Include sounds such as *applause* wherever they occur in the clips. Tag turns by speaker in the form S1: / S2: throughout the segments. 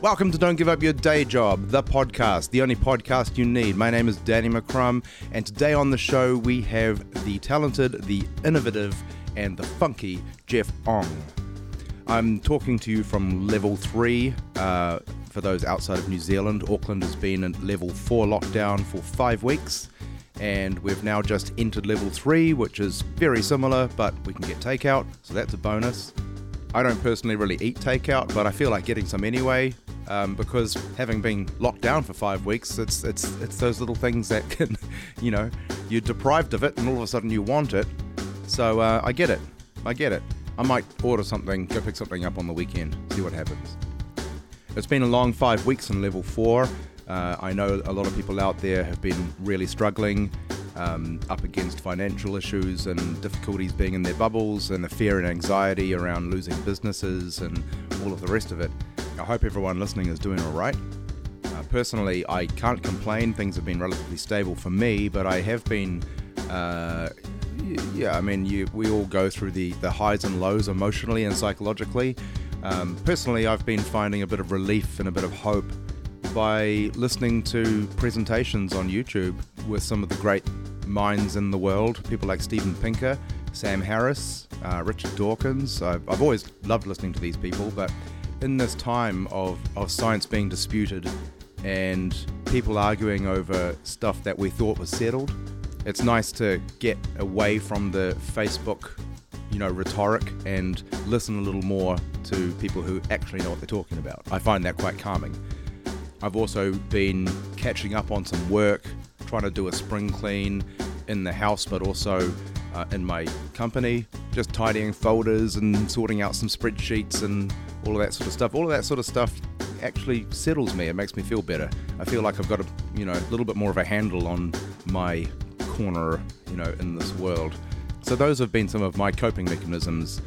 S1: Welcome to Don't Give Up Your Day Job, the podcast, the only podcast you need. My name is Danny McCrum, and today on the show we have the talented, the innovative, and the funky Jeff Ong. I'm talking to you from level three. Uh, for those outside of New Zealand, Auckland has been in level four lockdown for five weeks, and we've now just entered level three, which is very similar, but we can get takeout, so that's a bonus. I don't personally really eat takeout, but I feel like getting some anyway. Um, because having been locked down for five weeks, it's it's it's those little things that *laughs* can, you know, you're deprived of it, and all of a sudden you want it. So uh, I get it, I get it. I might order something, go pick something up on the weekend, see what happens. It's been a long five weeks in level four. Uh, I know a lot of people out there have been really struggling, um, up against financial issues and difficulties being in their bubbles, and the fear and anxiety around losing businesses and all of the rest of it. I hope everyone listening is doing all right. Uh, personally, I can't complain. Things have been relatively stable for me, but I have been. Uh, y- yeah, I mean, you, we all go through the, the highs and lows emotionally and psychologically. Um, personally, I've been finding a bit of relief and a bit of hope by listening to presentations on YouTube with some of the great minds in the world, people like Steven Pinker, Sam Harris, uh, Richard Dawkins. I've, I've always loved listening to these people, but in this time of, of science being disputed and people arguing over stuff that we thought was settled, it's nice to get away from the Facebook, you know, rhetoric and listen a little more to people who actually know what they're talking about. I find that quite calming. I've also been catching up on some work, trying to do a spring clean in the house, but also uh, in my company, just tidying folders and sorting out some spreadsheets and all of that sort of stuff. All of that sort of stuff actually settles me. It makes me feel better. I feel like I've got a you know a little bit more of a handle on my corner, you know, in this world. So those have been some of my coping mechanisms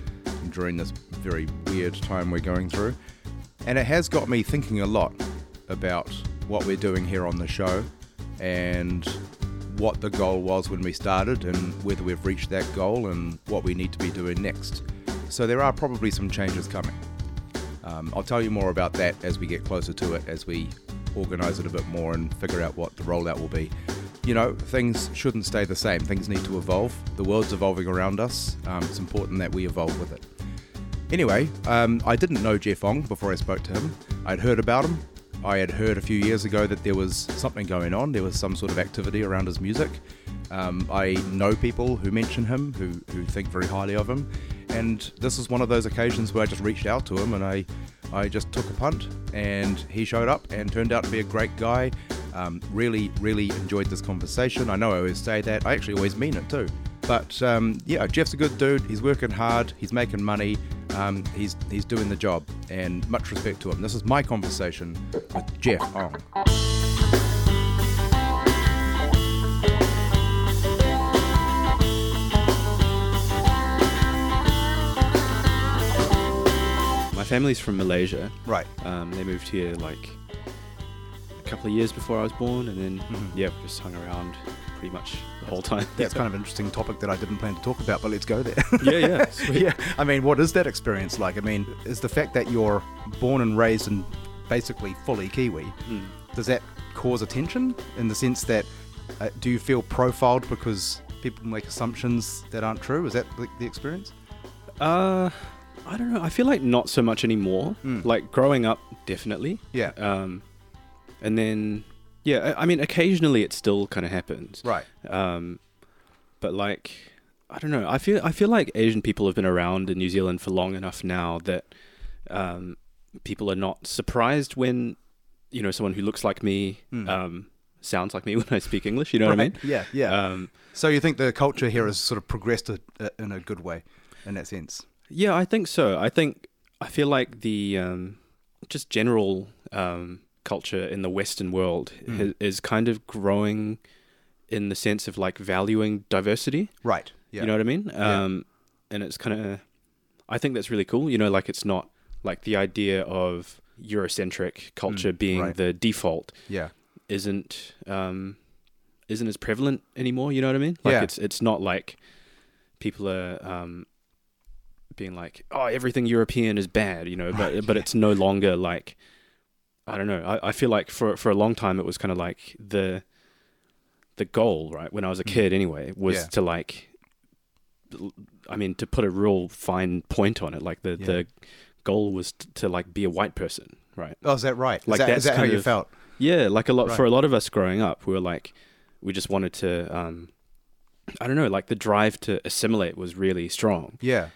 S1: during this very weird time we're going through. And it has got me thinking a lot about what we're doing here on the show and what the goal was when we started and whether we've reached that goal and what we need to be doing next. So there are probably some changes coming. Um, I'll tell you more about that as we get closer to it, as we organise it a bit more and figure out what the rollout will be. You know, things shouldn't stay the same. Things need to evolve. The world's evolving around us. Um, it's important that we evolve with it. Anyway, um, I didn't know Jeff Ong before I spoke to him. I'd heard about him. I had heard a few years ago that there was something going on. There was some sort of activity around his music. Um, I know people who mention him, who, who think very highly of him. And this was one of those occasions where I just reached out to him and I, I just took a punt. And he showed up and turned out to be a great guy. Um, really, really enjoyed this conversation. I know I always say that. I actually always mean it too. But um, yeah, Jeff's a good dude. He's working hard. He's making money. Um, he's he's doing the job. And much respect to him. This is my conversation with Jeff Ong.
S2: My family's from Malaysia.
S1: Right.
S2: Um, they moved here like a couple of years before I was born, and then yeah, just hung around pretty much the whole time.
S1: Mm-hmm. That's kind of an interesting topic that I didn't plan to talk about, but let's go there.
S2: *laughs*
S1: *laughs*
S2: yeah, yeah, sweet.
S1: yeah. I mean, what is that experience like? I mean, is the fact that you're born and raised and basically fully Kiwi,
S2: Hmm.
S1: does that cause attention in the sense that uh, do you feel profiled because people make assumptions that aren't true? Is that the, the experience?
S2: Uh, *laughs* I don't know. I feel like not so much anymore. Like growing up, definitely.
S1: Mm. Yeah.
S2: Um, and then yeah, I, I mean, occasionally it still kind of happens.
S1: Right.
S2: Um, but like, I don't know. I feel I feel like Asian people have been around in New Zealand for long enough now that um, people are not surprised when you know someone who looks like me um, sounds like me *laughs* when I speak English. You know what I mean?
S1: Yeah, yeah.
S2: Um,
S1: so you think the culture here has sort of progressed a, a, in a good way in that sense?
S2: yeah, I think so. I think I feel like the um, just general um, culture in the Western world is, is kind of growing in the sense of like valuing diversity.
S1: Right. Yeah.
S2: You know what I mean? Um, And it's kind of, I think that's really cool. You know, like it's not like the idea of Eurocentric culture being
S1: Mm, right.
S2: the default
S1: yeah.
S2: isn't um, isn't as prevalent anymore. You know what I mean? Like
S1: Yeah.
S2: it's it's not like people are um,
S1: *laughs*
S2: being like, oh, everything European is bad. You know, but but it's no longer like I don't know. I, I feel like for for a long time it was kind of like the the goal, right? When I was a kid, anyway, was
S1: Mm. Yeah.
S2: to like, l- I mean, to put a real fine point on it, like the
S1: Yeah.
S2: the goal was t- to like be a white person, right?
S1: Oh, is that right? Is
S2: Like,
S1: that, is
S2: that's
S1: that how
S2: kind
S1: you
S2: of-
S1: felt?
S2: Yeah, like a lot
S1: Right.
S2: for a lot of us growing up, we were like, we just wanted to, um, I don't know, like the drive to assimilate was really strong.
S1: Yeah.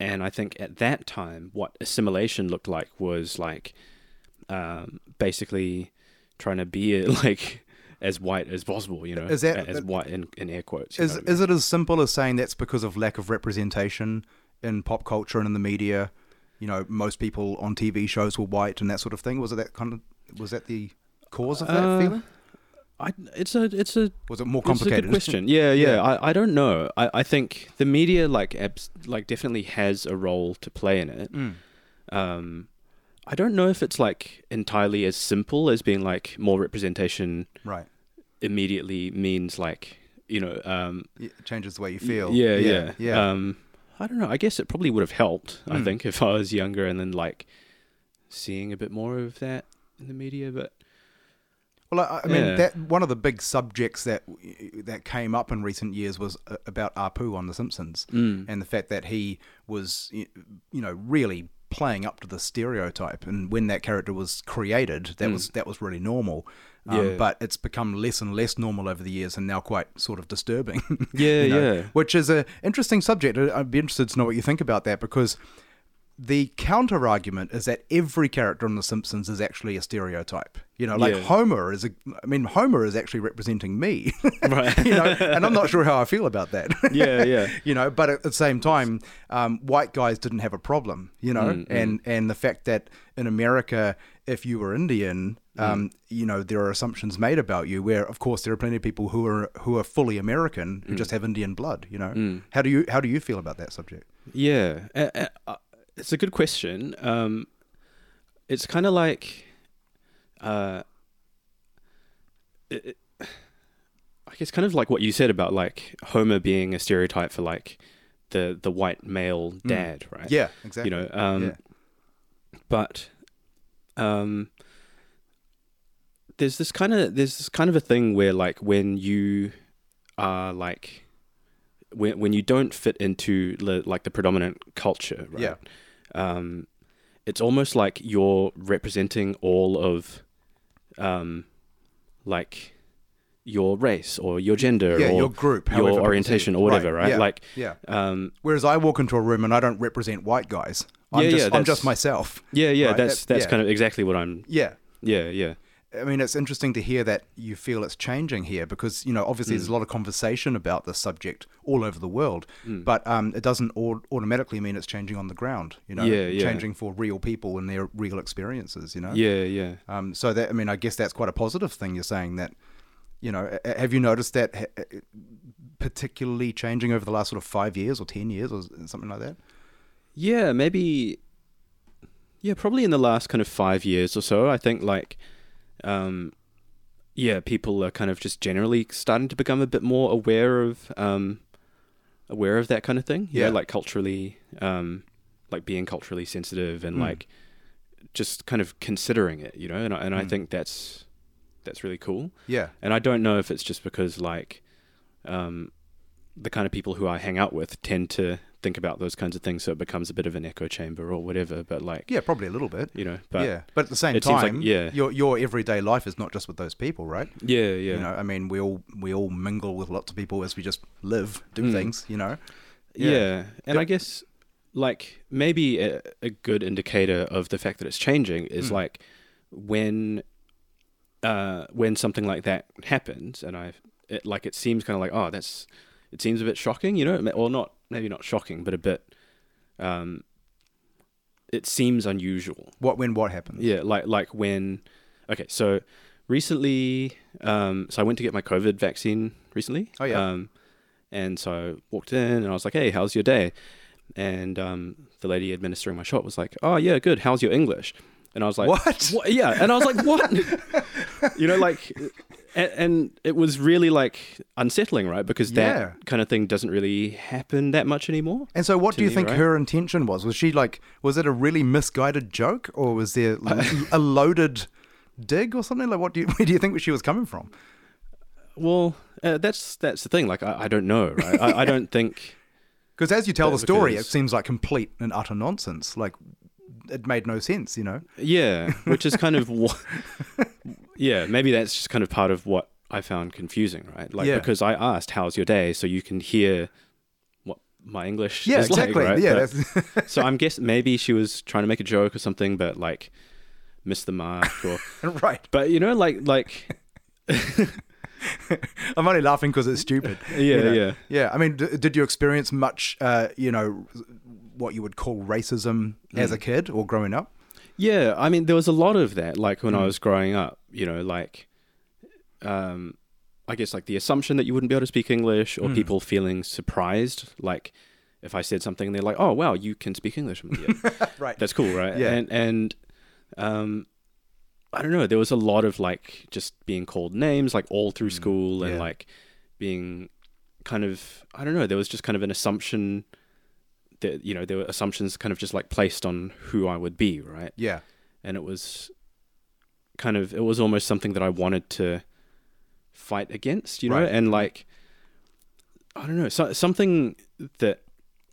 S2: And I think at that time, what assimilation looked like was like um, basically trying to be *laughs* like as white as possible, you know,
S1: Is that-
S2: as white in, in air quotes. you
S1: Is
S2: know what I
S1: is it as simple as saying that's because of lack of representation in pop culture and in the media? You know, most people on TV shows were white and that sort of thing. Was it that kind of? Was that the cause of that
S2: Uh,
S1: feeling?
S2: mean? I, it's a it's a
S1: Was it more
S2: it's a
S1: complicated?
S2: good
S1: *laughs*
S2: question. Yeah, yeah.
S1: Yeah.
S2: I, I don't know. I, I think the media like abs- like definitely has a role to play in it.
S1: Mm.
S2: Um, I don't know if it's like entirely as simple as being like more representation
S1: Right.
S2: immediately means like you know um,
S1: It changes the way you feel.
S2: Yeah, yeah,
S1: yeah.
S2: Um, I don't know. I guess it probably would have helped. I
S1: Mm.
S2: think *laughs* if I was younger and then like seeing a bit more of that in the
S1: *laughs*
S2: media, but
S1: Well, I, I mean,
S2: Yeah.
S1: that one of the big subjects that that came up in recent years was uh, about Apu on The Simpsons
S2: Mm.
S1: and the fact that he was, y- you know, really playing up to the stereotype. And when that character was created, that was that was really normal. Um,
S2: Mm. Yeah.
S1: But it's become less and less normal over the years, and now quite sort of disturbing. *laughs*
S2: yeah,
S1: you know,
S2: yeah,
S1: Which is a interesting subject. I- I'd be interested to know what you think about that because the counter argument is that every character on The Simpsons is actually a stereotype. You know, like
S2: Yeah.
S1: Homer is a. I mean, Homer is actually representing me. *laughs*
S2: Right. *laughs*
S1: you know, and I'm not sure how I feel about that. *laughs*
S2: yeah, yeah.
S1: you know, but at the same time, um, white guys didn't have a problem. You know,
S2: Mm,
S1: and and the fact that in America, if you were Indian.
S2: Mm.
S1: Um, You know there are assumptions made about you, where of course there are plenty of people who are who are fully American
S2: Mm.
S1: who just have Indian blood. You know, how do you how do you feel about that subject?
S2: Yeah, Uh, uh, uh, it's a good question. Um, it's kind of like, uh, it, it- I guess, kind of like what you said about like Homer being a stereotype for like the the white male dad, right?
S1: Yeah, exactly.
S2: You know, um,
S1: Yeah.
S2: but um, there's this kind of there's this kind of a thing where like when you are like when when you don't fit into the, like the predominant culture, right?
S1: Yeah.
S2: Um, it's almost like you're representing all of, um, like your race or your gender
S1: yeah,
S2: or
S1: your group, however
S2: your
S1: people see
S2: orientation
S1: it.
S2: or whatever, right?
S1: Yeah,
S2: Like,
S1: yeah.
S2: um,
S1: Whereas I walk into a room and I don't represent white guys. I'm
S2: Yeah,
S1: just,
S2: yeah,
S1: I'm
S2: that's-
S1: just myself. *laughs*
S2: yeah, yeah,
S1: Right,
S2: that's
S1: that-
S2: that's
S1: yeah.
S2: kind of exactly what I'm.
S1: Yeah.
S2: Yeah, yeah.
S1: I mean, it's interesting to hear that you feel it's changing here because, you know, obviously
S2: Mm.
S1: there's a lot of conversation about this subject all over the world,
S2: Mm.
S1: but um, it doesn't au- automatically mean it's changing on the ground, you know,
S2: Yeah, yeah.
S1: changing for real people and their real experiences, you know?
S2: Yeah, yeah.
S1: Um, so that I mean, I guess that's quite a positive thing. You're saying that, you know, a- have you noticed that ha- uh, particularly changing over the last sort of five years or ten years or something like that?
S2: Yeah, maybe Yeah, probably in the last kind of 5 years or so, I think like um yeah, people are kind of just generally starting to become a bit more aware of um aware of that kind of thing. you know,
S1: Yeah.
S2: like culturally um like being culturally sensitive and like just kind of considering it, you know? And I, and I think that's that's really cool.
S1: Yeah,
S2: And I don't know if it's just because like um, the kind of people who I hang out with tend to think about those kinds of things, so it becomes a bit of an echo chamber or whatever. But like,
S1: yeah, probably a little bit.
S2: you know, but yeah,
S1: yeah, but at the same
S2: it seems like-
S1: time,
S2: yeah.
S1: your your everyday life is not just with those people, right?
S2: yeah, yeah,
S1: You know, I mean, we all we all mingle with lots of people as we just live, do
S2: Hmm.
S1: things, you know.
S2: yeah.
S1: yeah.
S2: And I guess like maybe a, a good indicator of the fact that it's changing is like when uh when something like that happens and i it like it seems kind of like oh that's it seems a bit shocking you know or not maybe not shocking but a bit um it seems unusual
S1: What when what happens?
S2: Yeah, like like when okay, so recently um so I went to get my COVID vaccine recently.
S1: Oh, yeah.
S2: Um and so I walked in and I was like, Hey, how's your day? And um the lady administering my shot was like, Oh yeah, good, how's your English? And I was like,
S1: What?
S2: "What?" Yeah, and I was like,
S1: *laughs*
S2: "What?" you know, like, and, and it was really like unsettling, right? Because that
S1: Yeah.
S2: kind of thing doesn't really happen that much anymore.
S1: And so, what do you
S2: me,
S1: think
S2: right?
S1: her intention was? Was she like, was it a really misguided joke, or was there l- a loaded dig or something? Like, what do you *laughs* where do you think she was coming from?
S2: Well, uh, that's that's the thing. Like, I, I don't know. Right? I, I don't think.
S1: Because as you tell the
S2: But
S1: story, it
S2: because-
S1: seems like complete and utter nonsense. Like, it made no sense, you know.
S2: Yeah, which is kind
S1: *laughs*
S2: of what. Yeah, maybe that's just kind of part of what I found confusing, right? Like
S1: Yeah.
S2: because I asked, "How's your day?" so you can hear what my English.
S1: Yeah,
S2: is like,
S1: exactly.
S2: right?
S1: yeah,
S2: But-
S1: that's,
S2: so I'm guess maybe she was trying to make a joke or something, but like missed the mark or.
S1: *laughs* right.
S2: But you know, like like
S1: I'm only laughing because it's stupid. *laughs*
S2: yeah
S1: you know?
S2: yeah.
S1: Yeah, I mean, d- did you experience much, uh, you know, what you would call racism as a
S2: Mm.
S1: kid or growing up?
S2: Yeah, I mean, there was a lot of that. Like
S1: Mm.
S2: when I was growing up, you know, like, um, I guess like the assumption that you wouldn't be able to speak English,
S1: Mm.
S2: or people feeling surprised, like if I said something, and they're like, "Oh, wow, you can speak English." I'm like,
S1: *laughs*
S2: "Yeah,
S1: Right.
S2: that's cool, right?
S1: Yeah.
S2: and and um, I don't know. There was a lot of like just being called names, like all through school, and
S1: Mm. yeah.
S2: like being kind of I don't know. There was just kind of an assumption that you know there were assumptions kind of just like placed on who I would be, right?
S1: yeah.
S2: and it was kind of it was almost something that I wanted to fight against, you know,
S1: Right.
S2: and like I don't know, so, something that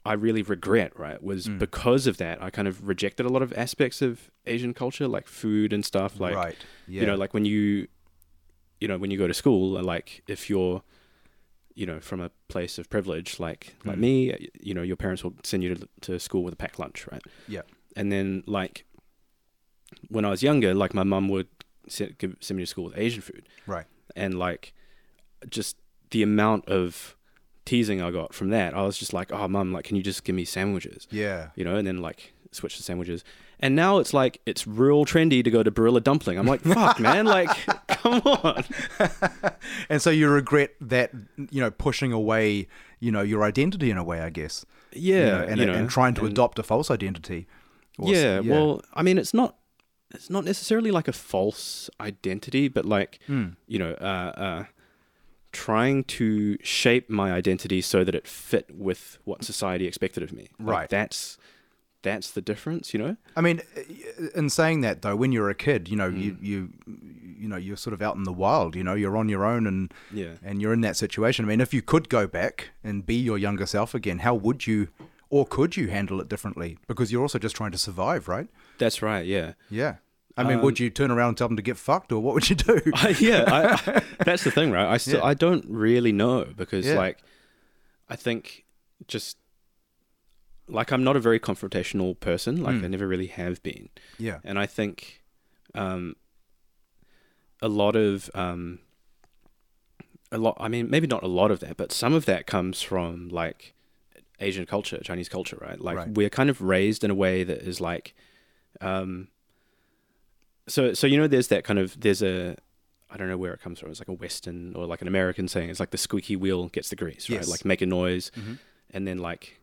S2: I really regret, right, was because of that I kind of rejected a lot of aspects of Asian culture, like food and stuff, like
S1: right. Yeah.
S2: you know, like when you you know when you go to school, uh, like if you're you know from a place of privilege, like like
S1: Mm.
S2: me, you know, your parents will send you to, to school with a packed lunch, right?
S1: yeah.
S2: and then like when I was younger, like my mum would send, give, send me to school with Asian food,
S1: Right.
S2: and like just the amount of teasing I got from that, I was just like, "Oh, mum, like, can you just give me sandwiches?"
S1: Yeah.
S2: You know, and then like switch to sandwiches, and now it's like it's real trendy to go to Barilla Dumpling. I'm
S1: *laughs*
S2: like, "Fuck, man! Like, come on!"
S1: And so you regret that, you know, pushing away, you know, your identity in a way, I guess.
S2: Yeah,
S1: you know, and, and trying to adopt a false identity. Or s-
S2: yeah, well, I mean, it's not it's not necessarily like a false identity, but like
S1: Hmm.
S2: you know, uh, uh, trying to shape my identity so that it fit with what society expected of me. Like,
S1: Right.
S2: that's that's the difference, you know.
S1: I mean, in saying that though, when you're a kid, you know, you
S2: Mm.
S1: you you know, you're sort of out in the wild. You know, you're on your own, and
S2: Yeah.
S1: and you're in that situation. I mean, if you could go back and be your younger self again, how would you, or could you handle it differently? Because you're also just trying to survive, right?
S2: That's right. Yeah.
S1: Yeah. I mean,
S2: Um,
S1: would you turn around and tell them to get fucked, or what would you
S2: *laughs*
S1: *laughs* do?
S2: I, yeah, I, I- that's the thing, right? I still
S1: Yeah.
S2: I don't really know because
S1: Yeah.
S2: like I think just like I'm not a very confrontational person. Like
S1: Hmm.
S2: I never really have been.
S1: yeah.
S2: and I think um, a lot of um, a lot. I mean, maybe not a lot of that, but some of that comes from like Asian culture, Chinese culture, right? Like
S1: Right.
S2: we're kind of raised in a way that is like, um, so so you know, there's that kind of there's a I don't know where it comes from. It's like a Western or like an American saying. It's like the squeaky wheel gets the grease, right?
S1: Yes. Mm-hmm.
S2: Like make a noise, and then like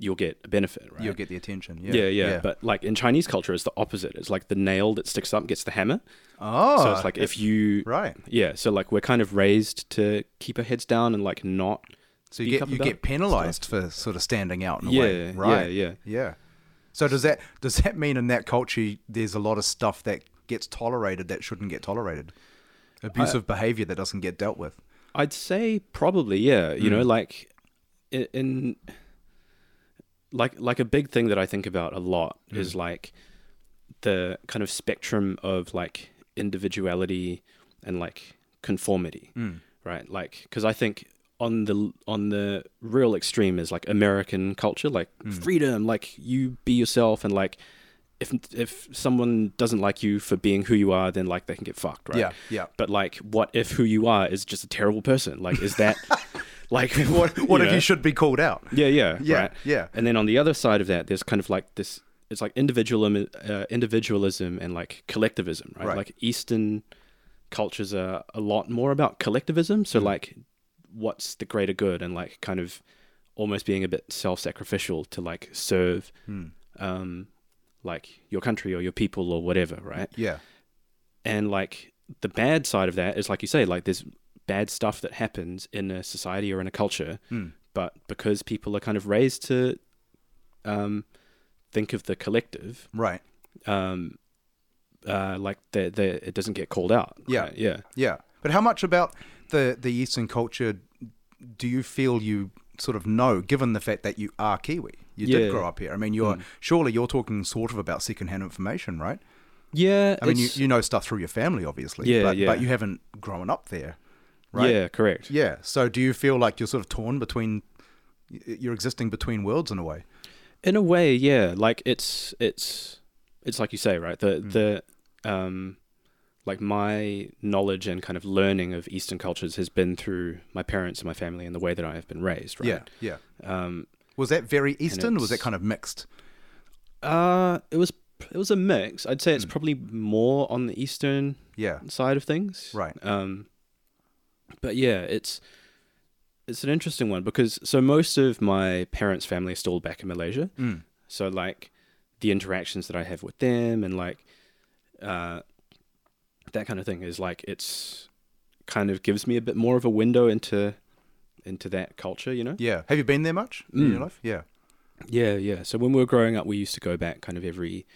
S2: you'll get a benefit, right?
S1: You'll get the attention. Yeah.
S2: Yeah, yeah, But like in Chinese culture, it's the opposite. It's like the nail that sticks up gets the hammer.
S1: oh,
S2: so it's like if you,
S1: right.
S2: yeah. So like we're kind of raised to keep our heads down and like not.
S1: So
S2: speak
S1: you get
S2: up
S1: you
S2: about
S1: get penalised for sort of standing out in a
S2: Yeah,
S1: way,
S2: yeah,
S1: right?
S2: yeah.
S1: yeah. So does that does that mean in that culture there's a lot of stuff that gets tolerated that shouldn't get tolerated, abusive behaviour that doesn't get dealt with?
S2: I'd say probably yeah. You
S1: Mm.
S2: know, like in, in like like a big thing that I think about a lot
S1: Mm.
S2: is like the kind of spectrum of like individuality and like conformity,
S1: Mm.
S2: right? Like because I think on the on the real extreme is like American culture, like
S1: Mm.
S2: freedom, like you be yourself, and like if if someone doesn't like you for being who you are, then like they can get fucked, right?
S1: Yeah, yeah.
S2: But like, what if who you are is just a terrible person? Like, is
S1: *laughs*
S2: that like
S1: What what if
S2: know?
S1: you should be called out?
S2: Yeah, yeah,
S1: *laughs* Yeah,
S2: right.
S1: yeah.
S2: And then on the other side of that, there's kind of like this. It's like individualism, uh, individualism, and like collectivism, right?
S1: Right.
S2: Like Eastern cultures are a lot more about collectivism.
S1: Mm.
S2: So like, what's the greater good, and like kind of almost being a bit self-sacrificial to like serve,
S1: Hmm.
S2: um, like your country or your people or whatever, right?
S1: Yeah,
S2: and like the bad side of that is like you say like there's bad stuff that happens in a society or in a culture but because people are kind of raised to um, think of the collective
S1: right.
S2: um, uh, like the, the, it doesn't get called out.
S1: Yeah.
S2: right? Yeah.
S1: Yeah, but how much about the the Eastern culture do you feel you sort of know, given the fact that you are Kiwi? You
S2: Yeah. Mm.
S1: did grow up here. I mean, you're surely you're talking sort of about secondhand information, right?
S2: Yeah.
S1: I mean, you,
S2: it's-
S1: you know stuff through your family, obviously.
S2: Yeah,
S1: but,
S2: yeah.
S1: but you haven't grown up there, right?
S2: Yeah, correct.
S1: Yeah. So do you feel like you're sort of torn between? You're existing between worlds in a way.
S2: In a way, yeah. Like it's it's it's like you say, right? The
S1: Hmm.
S2: the um like my knowledge and kind of learning of Eastern cultures has been through my parents and my family and the way that I have been raised, right?
S1: Yeah. Yeah.
S2: Um
S1: Was that very Eastern? or Was that
S2: it's-
S1: kind of mixed?
S2: uh it was it was a mix. I'd say it's
S1: Hmm.
S2: probably more on the Eastern
S1: Yeah.
S2: side of things.
S1: Right.
S2: Um but yeah, it's it's an interesting one because so most of my parents' family are still back in Malaysia.
S1: Mm.
S2: So like the interactions that I have with them and like uh, that kind of thing is like it's kind of gives me a bit more of a window into into that culture, you know?
S1: Yeah. Have you been there much in
S2: Mm.
S1: your life? Yeah.
S2: Yeah, yeah. So when we were growing up, we used to go back kind of every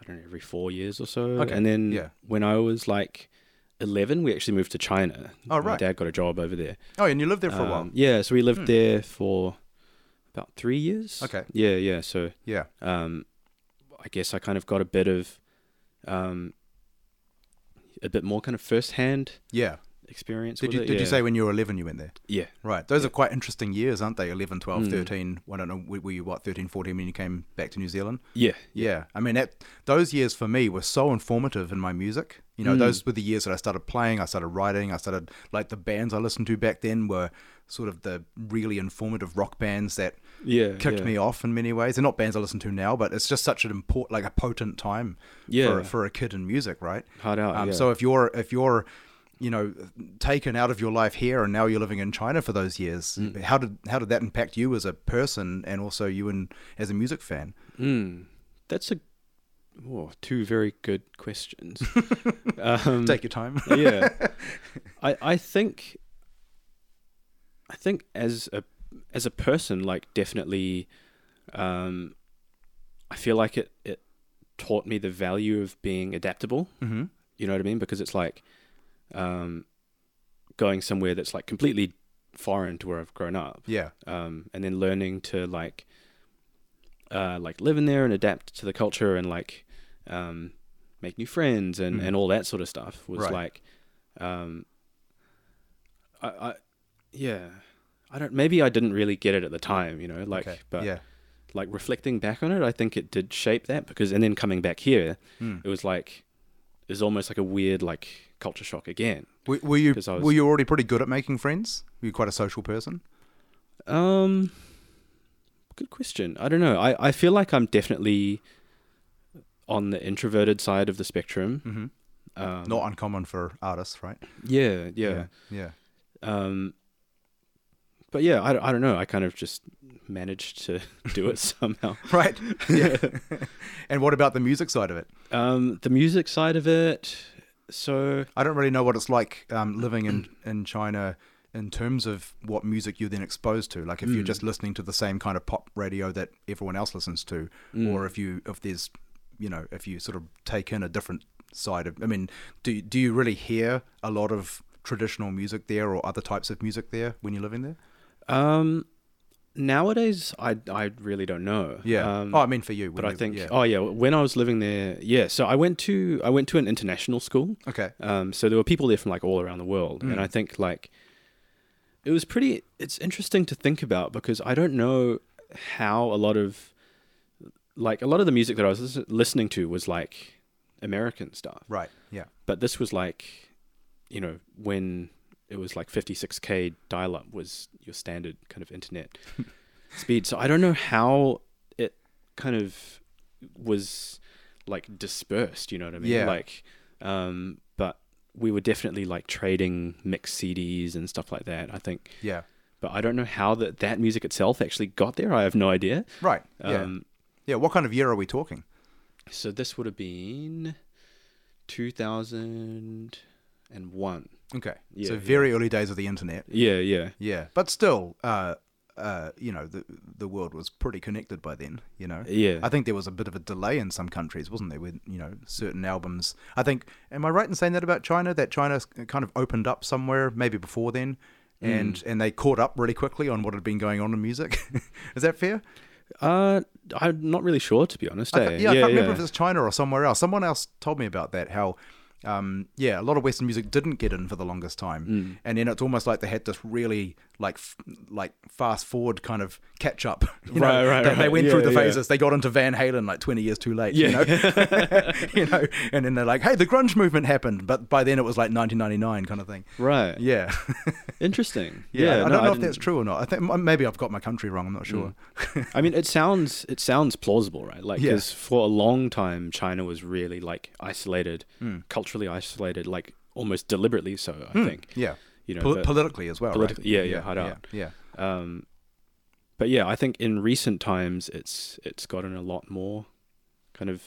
S2: I don't know every four years or so.
S1: Okay,
S2: And then
S1: yeah.
S2: when I was like eleven, we actually moved to China.
S1: Oh,
S2: My
S1: right.
S2: dad got a job over there.
S1: Oh, and you lived there for a while.
S2: Um, Yeah, so we lived there for about three years.
S1: Okay.
S2: Yeah, yeah. So
S1: Yeah.
S2: um, I guess I kind of got a bit of um, a bit more kind of first-hand
S1: Yeah.
S2: experience.
S1: Did
S2: with
S1: you
S2: it.
S1: did you
S2: Yeah.
S1: say when you were 11 you went there?
S2: Yeah, Hmm.
S1: Right. Those are quite interesting years, aren't they? 11, 12, 13. I don't know. Were were you what 13, 14 when you came back to New Zealand?
S2: yeah,
S1: Yeah. I mean, that, those years for me were so informative in my music. You
S2: Hmm.
S1: know, those were the years that I started playing, I started writing, I started like the bands I listened to back then were sort of the really informative rock bands that
S2: yeah.
S1: kicked
S2: yeah.
S1: me off in many ways. They're not bands I listen to now, but it's just such an important, like a potent time
S2: Yeah.
S1: for, for a kid in music, right?
S2: hard out.
S1: Um,
S2: yeah.
S1: So if you're if you're you know taken out of your life here and now you're living in China for those years,
S2: Mm.
S1: how did how did that impact you as a person and also you and as a music fan?
S2: Mm, that's a oh, two very good questions.
S1: *laughs*
S2: um,
S1: Take your time. *laughs*
S2: yeah, I I think I think as a as a person, like definitely, um, I feel like it it taught me the value of being adaptable.
S1: mm-hmm.
S2: You know what I mean? Because it's like um, going somewhere that's like completely foreign to where I've grown up,
S1: Yeah,
S2: um, and then learning to like uh, like live in there and adapt to the culture and like um, make new friends and,
S1: Mm.
S2: and all that sort of stuff was
S1: Right.
S2: like um, I, I yeah I don't maybe I didn't really get it at the time you know like
S1: okay.
S2: but
S1: yeah,
S2: like reflecting back on it, I think it did shape that because, and then coming back here,
S1: Mm.
S2: it was like, it was almost like a weird like culture shock again.
S1: were, were you
S2: 'Cause I was-
S1: were you already pretty good at making friends? Were you quite a social person?
S2: Um, good question. I don't know. I, I feel like I'm definitely on the introverted side of the spectrum.
S1: Mm-hmm.
S2: Um,
S1: Not uncommon for artists, right?
S2: yeah, yeah,
S1: yeah, *laughs*
S2: Um, but yeah, I, don't- I don't know. I kind of just managed to *laughs* do it somehow. *laughs*
S1: right. Yeah. *laughs* and what about the music side of it?
S2: Um, the music side of it. So
S1: I don't really know what it's like um, living in, in China in terms of what music you're then exposed to. Like if you're
S2: Mm.
S1: just listening to the same kind of pop radio that everyone else listens to,
S2: Mm.
S1: or if you if there's you know if you sort of take in a different side of. I mean, do do you really hear a lot of traditional music there or other types of music there when you're living there?
S2: Um, nowadays, I I really don't know.
S1: Yeah.
S2: Um,
S1: oh, I mean for you. when
S2: but I
S1: you-
S2: think
S1: yeah.
S2: oh yeah, when I was living there, yeah. So I went to I went to an international school.
S1: Okay.
S2: Um, so there were people there from like all around the world,
S1: Mm.
S2: and I think like it was pretty. It's interesting to think about because I don't know how a lot of like a lot of the music that I was lis- listening to was like American stuff,
S1: Right. Yeah.
S2: but this was like you know when it was like 56k dial up was your standard kind of internet speed so i don't know how it kind of was like dispersed you know what i mean
S1: Yeah.
S2: like um but we were definitely like trading mixed cds and stuff like that i think
S1: Yeah.
S2: but i don't know how that that music itself actually got there i have no idea
S1: Right. Yeah.
S2: um
S1: yeah. What kind of year are we talking?
S2: so this would have been 2001
S1: Okay.
S2: Yeah,
S1: so
S2: yeah.
S1: very early days of the internet.
S2: yeah yeah
S1: Yeah, but still, uh, uh, you know, the the world was pretty connected by then. You know,
S2: Yeah.
S1: I think there was a bit of a delay in some countries, wasn't there? With you know, certain albums. I think. Am I right in saying that about China? That China s- kind of opened up somewhere, maybe before then, and and they caught up really quickly on what had been going on in music. *laughs* Is that fair?
S2: Uh, I'm not really sure to be honest.
S1: I
S2: eh?
S1: can't- yeah, I can't remember if it's China or somewhere else. Someone else told me about that. How, um, yeah, a lot of Western music didn't get in for the longest time,
S2: Mm.
S1: and then it's almost like they had this really like f- like fast forward kind of catch up. *laughs* you know,
S2: Right, right,
S1: that They
S2: right.
S1: went through
S2: Yeah,
S1: the
S2: yeah.
S1: phases. They got into Van Halen like twenty years too late.
S2: *laughs*
S1: You know, *laughs* you know, and then they're like, hey, the grunge movement happened, but by then it was like 1999 kind of thing.
S2: right.
S1: Yeah. *laughs*
S2: Interesting.
S1: Yeah, I
S2: no,
S1: don't know if
S2: didn't- Mm.
S1: that's true or not. I think maybe I've got my country wrong. I'm not sure. *laughs*
S2: I mean, it sounds it sounds plausible, right? Like,
S1: Yeah.
S2: because for a long time, China was really like isolated,
S1: Hmm.
S2: culturally isolated, like almost deliberately so. I think.
S1: yeah,
S2: You know,
S1: Hmm. Pol-
S2: but,
S1: politically as well.
S2: politi-
S1: right?
S2: yeah, yeah, hard out.
S1: yeah.
S2: um, but yeah, I think in recent times, it's it's gotten a lot more, kind of,